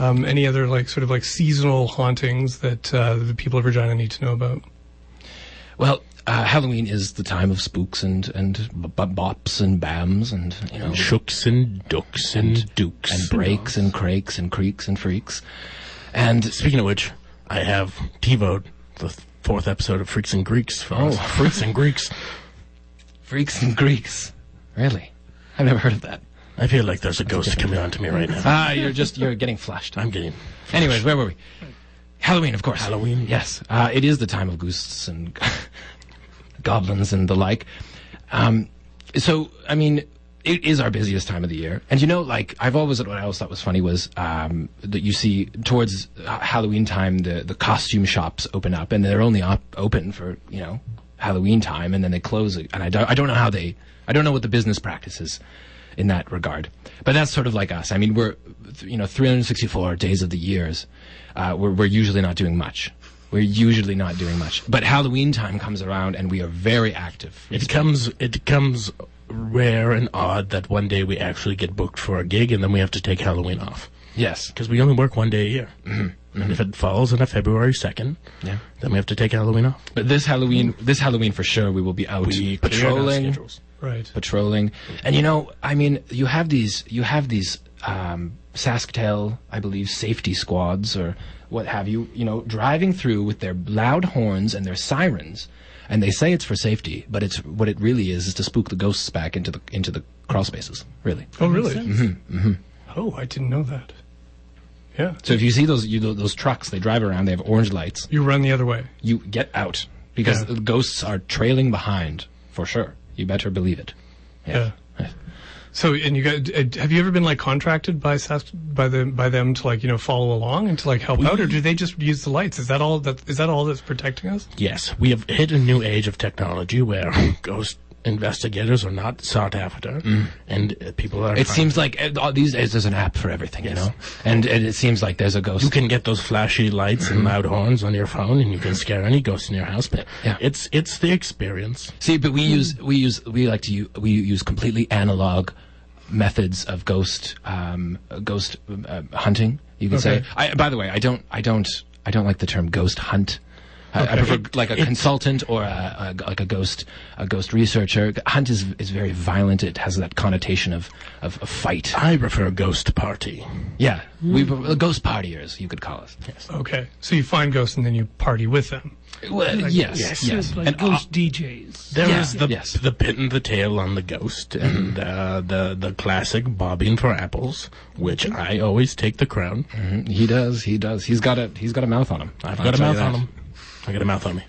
Speaker 2: Um, any other like sort of like seasonal hauntings that uh, the people of Regina need to know about?
Speaker 7: Well, uh, Halloween is the time of spooks and and b- b- bops and bams and you know
Speaker 6: Shooks and ducks and, dukes.
Speaker 7: and breaks and crakes and creaks and freaks. And
Speaker 6: Speaking of which, I have TiVoed the th- fourth episode of Freaks and Greeks.
Speaker 7: Oh.
Speaker 6: For us. Freaks and Greeks.
Speaker 7: freaks and Greeks. Really? I've never heard of that.
Speaker 6: I feel like there's a ghost coming onto me right now.
Speaker 7: Ah, you're just you're getting flushed.
Speaker 6: I'm getting
Speaker 7: Anyways, where were we? Halloween, of course.
Speaker 6: Halloween.
Speaker 7: Yes, uh, it is the time of ghosts and goblins and the like. Um, so, I mean, it is our busiest time of the year. And you know, like, I've always, what I always thought was funny was um, that you see towards uh, Halloween time, the, the costume shops open up and they're only op- open for, you know, Halloween time and then they close. it. And I don't, I don't know how they, I don't know what the business practice is in that regard. But that's sort of like us. I mean, we're, th- you know, 364 days of the years, uh, we're, we're usually not doing much. We're usually not doing much. But Halloween time comes around and we are very active.
Speaker 6: It comes. It comes rare and odd that one day we actually get booked for a gig and then we have to take Halloween off
Speaker 7: Yes.
Speaker 6: because we only work one day a year.
Speaker 7: Mm-hmm.
Speaker 6: And if it falls on a February second,
Speaker 7: Yeah.
Speaker 6: then we have to take Halloween off.
Speaker 7: But this Halloween, this Halloween for sure, we will be out
Speaker 6: We cleared our
Speaker 7: patrolling,
Speaker 6: schedules.
Speaker 2: Right.
Speaker 7: patrolling. And you know, I mean, you have these, you have these um, Sasktel, I believe, safety squads or what have you, you know, driving through with their loud horns and their sirens, and they say it's for safety, but it's what it really is is to spook the ghosts back into the into the crawl spaces, really.
Speaker 2: Oh, really? Oh, I didn't know that. Yeah.
Speaker 7: So if you see those you, those trucks, they drive around, they have orange lights.
Speaker 2: You run the other way.
Speaker 7: you get out because
Speaker 2: Yeah.
Speaker 7: the ghosts are trailing behind for sure. You better believe it.
Speaker 2: Yeah. So, and you got? Uh, have you ever been like contracted by Sask, by the by them to like you know follow along and to like help out, or do they just use the lights? Is that all? That is that all that's protecting us?
Speaker 6: Yes, we have hit a new age of technology where ghost investigators are not sought after, and uh, people are.
Speaker 7: Mm. It
Speaker 6: fine.
Speaker 7: seems like uh, all these days there's an app for everything, you
Speaker 6: Yes.
Speaker 7: know, and, and it seems like there's a
Speaker 6: you
Speaker 7: ghost.
Speaker 6: can get those flashy lights and loud horns on your phone, and you can scare any ghost in your house. But
Speaker 7: Yeah.
Speaker 6: it's it's the experience.
Speaker 7: See, but we use we use we like to use, we use completely analog methods of ghost um, uh, ghost um, uh, hunting. You could
Speaker 2: Okay.
Speaker 7: say. I, by the way, I don't I don't I don't like the term ghost hunt. I, I prefer like a consultant or a, a, like a ghost a ghost researcher. Hunt is is very violent. It has that connotation of of a fight.
Speaker 6: I prefer ghost party.
Speaker 7: Yeah, we were ghost partiers, you could call us. Yes,
Speaker 2: Okay. So you find ghosts and then you party with them.
Speaker 7: well, yes, yes.
Speaker 1: Just like
Speaker 7: And, uh,
Speaker 1: ghost DJs.
Speaker 6: There is
Speaker 7: Yeah,
Speaker 6: the
Speaker 7: yes. Mm-hmm.
Speaker 6: the pin the tail on the ghost and uh, the the classic bobbing for apples, which
Speaker 7: Mm-hmm.
Speaker 6: I always take the crown.
Speaker 7: he does, he does. He's got a he's got a mouth on him.
Speaker 6: I've
Speaker 7: Mm-hmm. I'll
Speaker 6: got a
Speaker 7: tell you
Speaker 6: mouth on
Speaker 7: that.
Speaker 6: him. I got a mouth on me,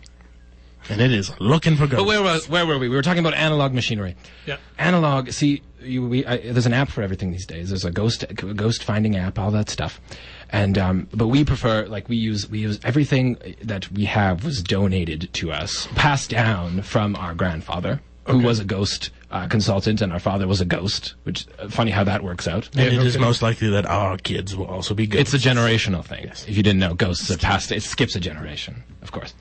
Speaker 6: and it is looking for
Speaker 7: But
Speaker 6: ghosts.
Speaker 7: where was where were we? We were talking about analog machinery.
Speaker 2: Yeah.
Speaker 7: Analog. See, you, we, I, there's an app for everything these days. There's a ghost ghost finding app, all that stuff. And um, but we prefer like we use we use everything that we have was donated to us, passed down from our grandfather, who was a ghost uh, consultant, and our father was a ghost. Which uh, funny how that works out.
Speaker 6: and it is most likely that our kids will also be
Speaker 7: It's
Speaker 6: ghosts.
Speaker 7: a generational thing. If you didn't know, ghosts are passed. It skips a generation, of course.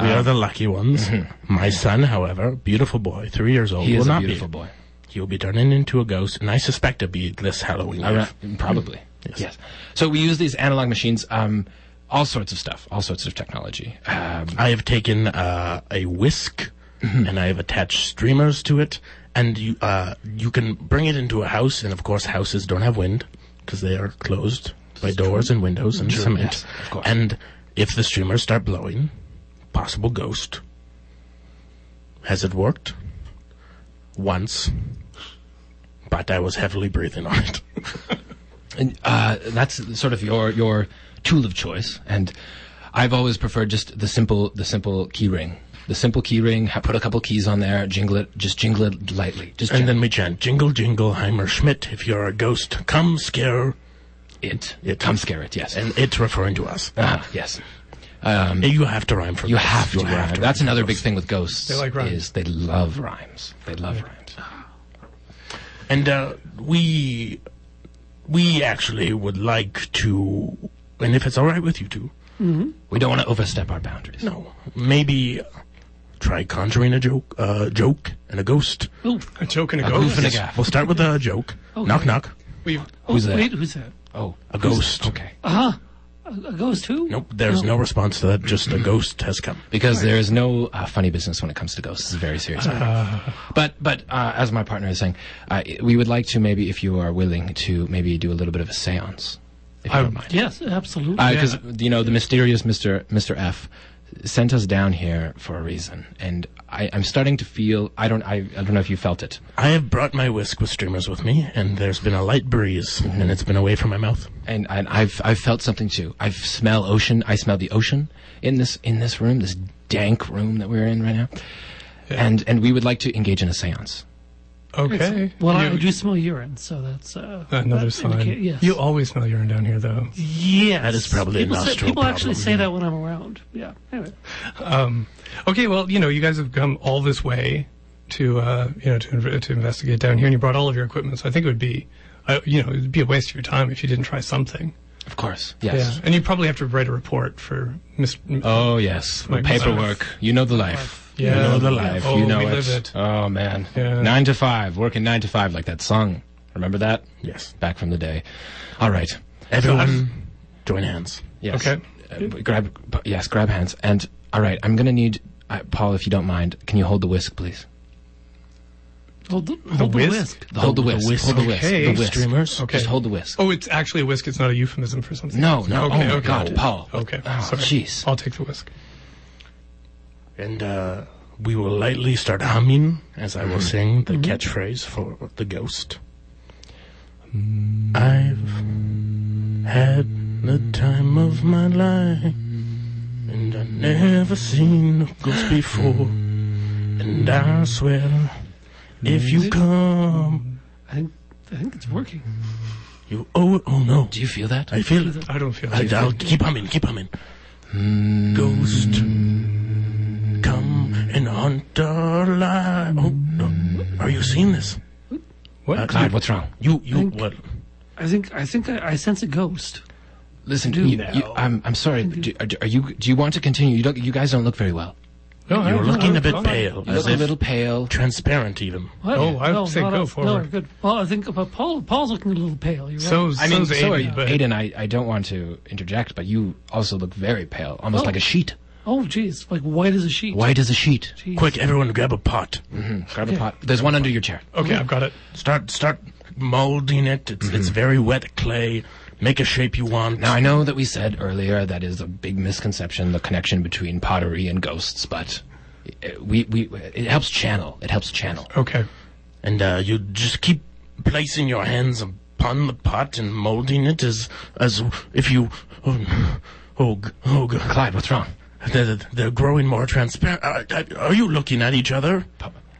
Speaker 6: we
Speaker 7: uh,
Speaker 6: are the lucky ones. My son, however, beautiful boy, three years old,
Speaker 7: Mm-hmm. He
Speaker 6: will
Speaker 7: is a
Speaker 6: not
Speaker 7: beautiful
Speaker 6: be.
Speaker 7: boy.
Speaker 6: He will be turning into a ghost, and I suspect it'll be this Halloween.
Speaker 7: Around,
Speaker 6: Eve.
Speaker 7: probably. Yes. So we use these analog machines, um, all sorts of stuff, all sorts of technology. Um,
Speaker 6: I have taken uh, a whisk
Speaker 7: Mm-hmm.
Speaker 6: and I have attached streamers to it, and you uh, you can bring it into a house, and of course houses don't have wind because they are closed by doors and windows and cement.
Speaker 7: yes, of course.
Speaker 6: And if the streamers start blowing, possible ghost. Has it worked? once, but I was heavily breathing on it.
Speaker 7: and uh, that's sort of your your tool of choice. And I've always preferred just the simple the simple key ring. The simple key ring. ha- Put a couple keys on there. Jingle it. Just jingle it lightly. Just
Speaker 6: and
Speaker 7: jingle
Speaker 6: then we chant, Jingle, jingle, Heimer Schmidt, if you're a ghost, come scare.
Speaker 7: it.
Speaker 6: It.
Speaker 7: Come scare it. Yes.
Speaker 6: And it's referring to us.
Speaker 7: Ah, yes. Um,
Speaker 6: You have to rhyme for
Speaker 7: you
Speaker 6: ghosts.
Speaker 7: have to. rhyme. That's
Speaker 6: rhyme for
Speaker 7: another big
Speaker 6: ghosts.
Speaker 7: thing with ghosts. They
Speaker 2: like rhymes.
Speaker 7: Is they love rhymes. They love rhymes.
Speaker 6: And uh, we we actually would like to, and if it's all right with you two,
Speaker 7: We don't want to overstep our boundaries.
Speaker 6: no, maybe try conjuring a joke, uh, joke and a ghost.
Speaker 1: Oh,
Speaker 2: A joke and a
Speaker 7: A
Speaker 2: ghost.
Speaker 7: goof and a gaff.
Speaker 6: We'll start with a joke. Knock knock.
Speaker 2: We've,
Speaker 1: oh
Speaker 7: Who's that?
Speaker 1: wait, who's that?
Speaker 7: Oh,
Speaker 6: A ghost.
Speaker 7: Okay.
Speaker 1: Uh-huh. A a ghost who?
Speaker 6: Nope. There's no response to that. Just a
Speaker 7: Mm-hmm.
Speaker 6: ghost has come.
Speaker 7: because there is no uh, funny business when it comes to ghosts. It's a very serious matter. but but uh, as my partner is saying, uh, we would like to maybe, if you are willing, to maybe do a little bit of a séance, if you
Speaker 2: I-
Speaker 7: don't mind.
Speaker 1: Yes, absolutely.
Speaker 7: Because you know the mysterious Mister Mister F sent us down here for a reason, and I, I'm starting to feel I don't I, I don't know if you felt it,
Speaker 6: I have brought my whisk with streamers with me, and there's been a light breeze,
Speaker 7: Mm-hmm.
Speaker 6: and it's been away from my mouth.
Speaker 7: and, and I've I've felt something too. I smell ocean. I smell the ocean in this in this room, this dank room that we're in right now, and and we would like to engage in a séance.
Speaker 2: okay.
Speaker 1: well, I
Speaker 2: You-
Speaker 1: do smell urine, so that's uh,
Speaker 2: another
Speaker 1: that
Speaker 2: sign.
Speaker 1: indicate- yes.
Speaker 2: You always smell urine down here, though.
Speaker 1: yes.
Speaker 6: That is probably a
Speaker 1: people say-
Speaker 6: nostril
Speaker 1: People actually say
Speaker 6: problem.
Speaker 1: that when I'm around. Yeah. Anyway.
Speaker 2: Okay, well, you know, you guys have come all this way to, uh, you know, to, inv- to investigate down here, and you brought all of your equipment. So I think it would be, uh, you know, it would be a waste of your time if you didn't try something.
Speaker 7: Of course, yes.
Speaker 2: Yeah, and you probably have to write a report for Mr.
Speaker 7: Oh yes,
Speaker 2: Like
Speaker 7: paperwork. You know the life.
Speaker 2: Yeah.
Speaker 7: You know the life.
Speaker 2: Oh,
Speaker 7: you know
Speaker 2: we
Speaker 7: it.
Speaker 2: live it.
Speaker 7: Oh man,
Speaker 2: Yeah.
Speaker 7: nine to five, working nine to five, like that song. Remember that?
Speaker 6: Yes.
Speaker 7: Back from the day. All right.
Speaker 6: Everyone, join hands.
Speaker 7: Yes.
Speaker 2: Okay.
Speaker 7: Uh, but grab. but Yes, grab hands. And all right, I'm gonna need uh, Paul, if you don't mind. Can you hold the whisk, please?
Speaker 1: Hold the, hold the
Speaker 2: whisk?
Speaker 1: whisk.
Speaker 7: hold the whisk. Hold the whisk.
Speaker 2: Okay.
Speaker 7: The whisk.
Speaker 6: Streamers.
Speaker 2: Okay.
Speaker 7: Just hold the whisk.
Speaker 2: Oh, it's actually a whisk. It's not a euphemism for something.
Speaker 7: No, no.
Speaker 2: Okay,
Speaker 7: oh my
Speaker 2: okay.
Speaker 7: God, Paul.
Speaker 2: Okay.
Speaker 7: Oh,
Speaker 2: sorry.
Speaker 7: jeez.
Speaker 2: I'll take the whisk.
Speaker 6: And uh, we will lightly start humming as I will
Speaker 2: Mm-hmm.
Speaker 6: sing the catchphrase for the ghost. I've had the time of my life, and I've never seen a ghost before. And I swear, if you come,
Speaker 1: I think, I think it's working.
Speaker 6: you owe it. Oh no,
Speaker 7: Do you feel that?
Speaker 6: I feel it.
Speaker 2: I don't feel
Speaker 6: I,
Speaker 2: it.
Speaker 6: I'll keep humming, keep humming. Ghost, come and hunt our life. Oh, no. Are you seeing this?
Speaker 2: What?
Speaker 6: Uh,
Speaker 7: God, what's wrong?
Speaker 6: You, you, what?
Speaker 1: I think I think I, I sense a ghost.
Speaker 7: Listen,
Speaker 1: do
Speaker 7: you,
Speaker 1: now.
Speaker 7: you, I'm I'm sorry.
Speaker 2: Mm-hmm.
Speaker 7: But do, are, are you? Do you want to continue? You don't. You guys don't look very well.
Speaker 2: no,
Speaker 6: You're
Speaker 2: I-
Speaker 6: looking a bit
Speaker 2: I-
Speaker 6: pale,
Speaker 7: You
Speaker 6: as
Speaker 7: look a
Speaker 6: if
Speaker 7: little pale.
Speaker 6: transparent even.
Speaker 1: What?
Speaker 2: Oh, I would
Speaker 1: no,
Speaker 2: say
Speaker 1: not
Speaker 2: go
Speaker 1: us. No,
Speaker 2: forward.
Speaker 1: good. Well, I think but Paul Paul's looking a little pale. You're right.
Speaker 2: So,
Speaker 7: I mean,
Speaker 2: so's
Speaker 7: so are
Speaker 2: Aiden,
Speaker 7: you.
Speaker 2: but
Speaker 7: Aiden, I, I don't want to interject, but you also look very pale, almost
Speaker 1: Oh.
Speaker 7: like a sheet.
Speaker 1: oh, geez, like white as a sheet.
Speaker 7: White as a sheet.
Speaker 1: Jeez.
Speaker 6: Quick, everyone grab a pot.
Speaker 7: Grab a pot. There's one under your chair.
Speaker 2: okay, I've got it.
Speaker 6: Start, start molding it. It's, it's very wet clay. Make a shape you want.
Speaker 7: Mm-hmm. Now, I know that we said earlier that is a big misconception, the connection between pottery and ghosts, but uh, we, we, it helps channel. It helps channel.
Speaker 2: Okay.
Speaker 6: And uh, you just keep placing your hands upon the pot and molding it as as if you. Oh, no. oh, g- oh, g-
Speaker 7: Clyde, what's wrong?
Speaker 6: they're, they're growing more transparent. Uh, uh, are you looking at each other?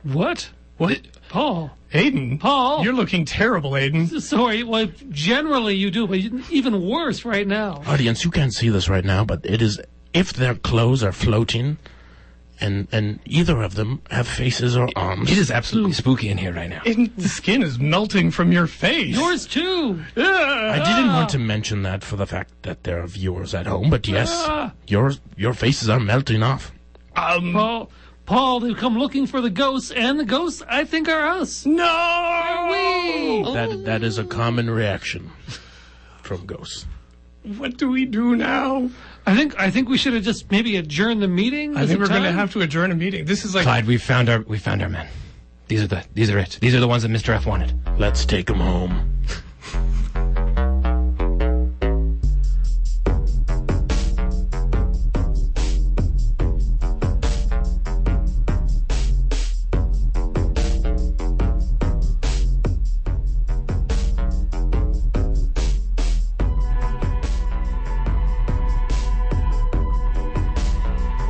Speaker 1: What?
Speaker 2: What?
Speaker 1: Paul.
Speaker 2: Aiden.
Speaker 1: Paul.
Speaker 2: You're looking terrible, Aiden.
Speaker 1: Sorry. Well, generally you do, but you- even worse right now.
Speaker 6: Audience, you can't see this right now, but it is if their clothes are floating, and and either of them have faces or arms.
Speaker 7: It is absolutely spooky in here right now.
Speaker 2: Aiden, the skin is melting from your face.
Speaker 1: Yours too.
Speaker 2: Ah.
Speaker 6: I didn't want to mention that for the fact that there are viewers at home, but yes,
Speaker 1: Ah.
Speaker 6: your your faces are melting off.
Speaker 1: Paul. Paul, they've come looking for the ghosts, and the ghosts, I think, are us.
Speaker 2: No.
Speaker 7: Oh.
Speaker 6: That that is a common reaction from ghosts.
Speaker 2: What do we do now?
Speaker 1: I think I think we should have just maybe adjourned the meeting.
Speaker 2: I
Speaker 1: Is
Speaker 2: think
Speaker 1: it
Speaker 2: we're going to
Speaker 1: time?
Speaker 2: have to adjourn a meeting. This is like
Speaker 7: Clyde, we found our, we found our men. These are the, these are it. These are the ones that Mr. F wanted.
Speaker 6: Let's take them home.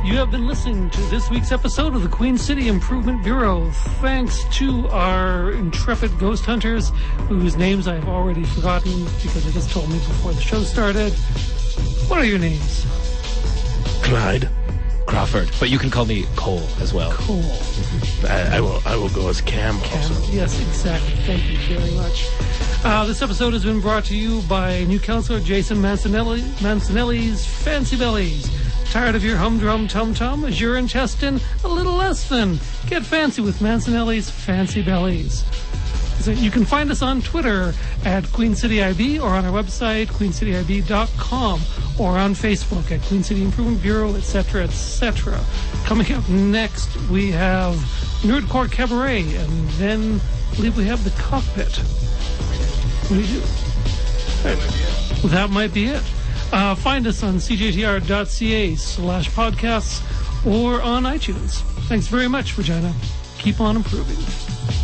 Speaker 1: You have been listening to this week's episode of the Queen City Improvement Bureau. Thanks to our intrepid ghost hunters, whose names I've already forgotten because they just told me before the show started. What are your names?
Speaker 6: Clyde.
Speaker 7: Crawford, but you can call me Cole as well.
Speaker 1: Cool.
Speaker 6: I, I will. I will go as Cam. also.
Speaker 1: Yes, exactly. Thank you very much. Uh, this episode has been brought to you by new counselor Jason Mancinelli, Mancinelli's Fancy Bellies. Tired of your humdrum tum tum? Is your intestine a little less than? Get fancy with Mancinelli's Fancy Bellies. So you can find us on Twitter at Queen City IB or on our website, queencityib.com, or on Facebook at Queen City Improvement Bureau, etc., etc. Coming up next, we have Nerdcore Cabaret, and then I believe we have The Cockpit. What do you do? Well, that might be it. Uh, find us on cjtr.ca slash podcasts or on iTunes. Thanks very much, Regina. Keep on improving.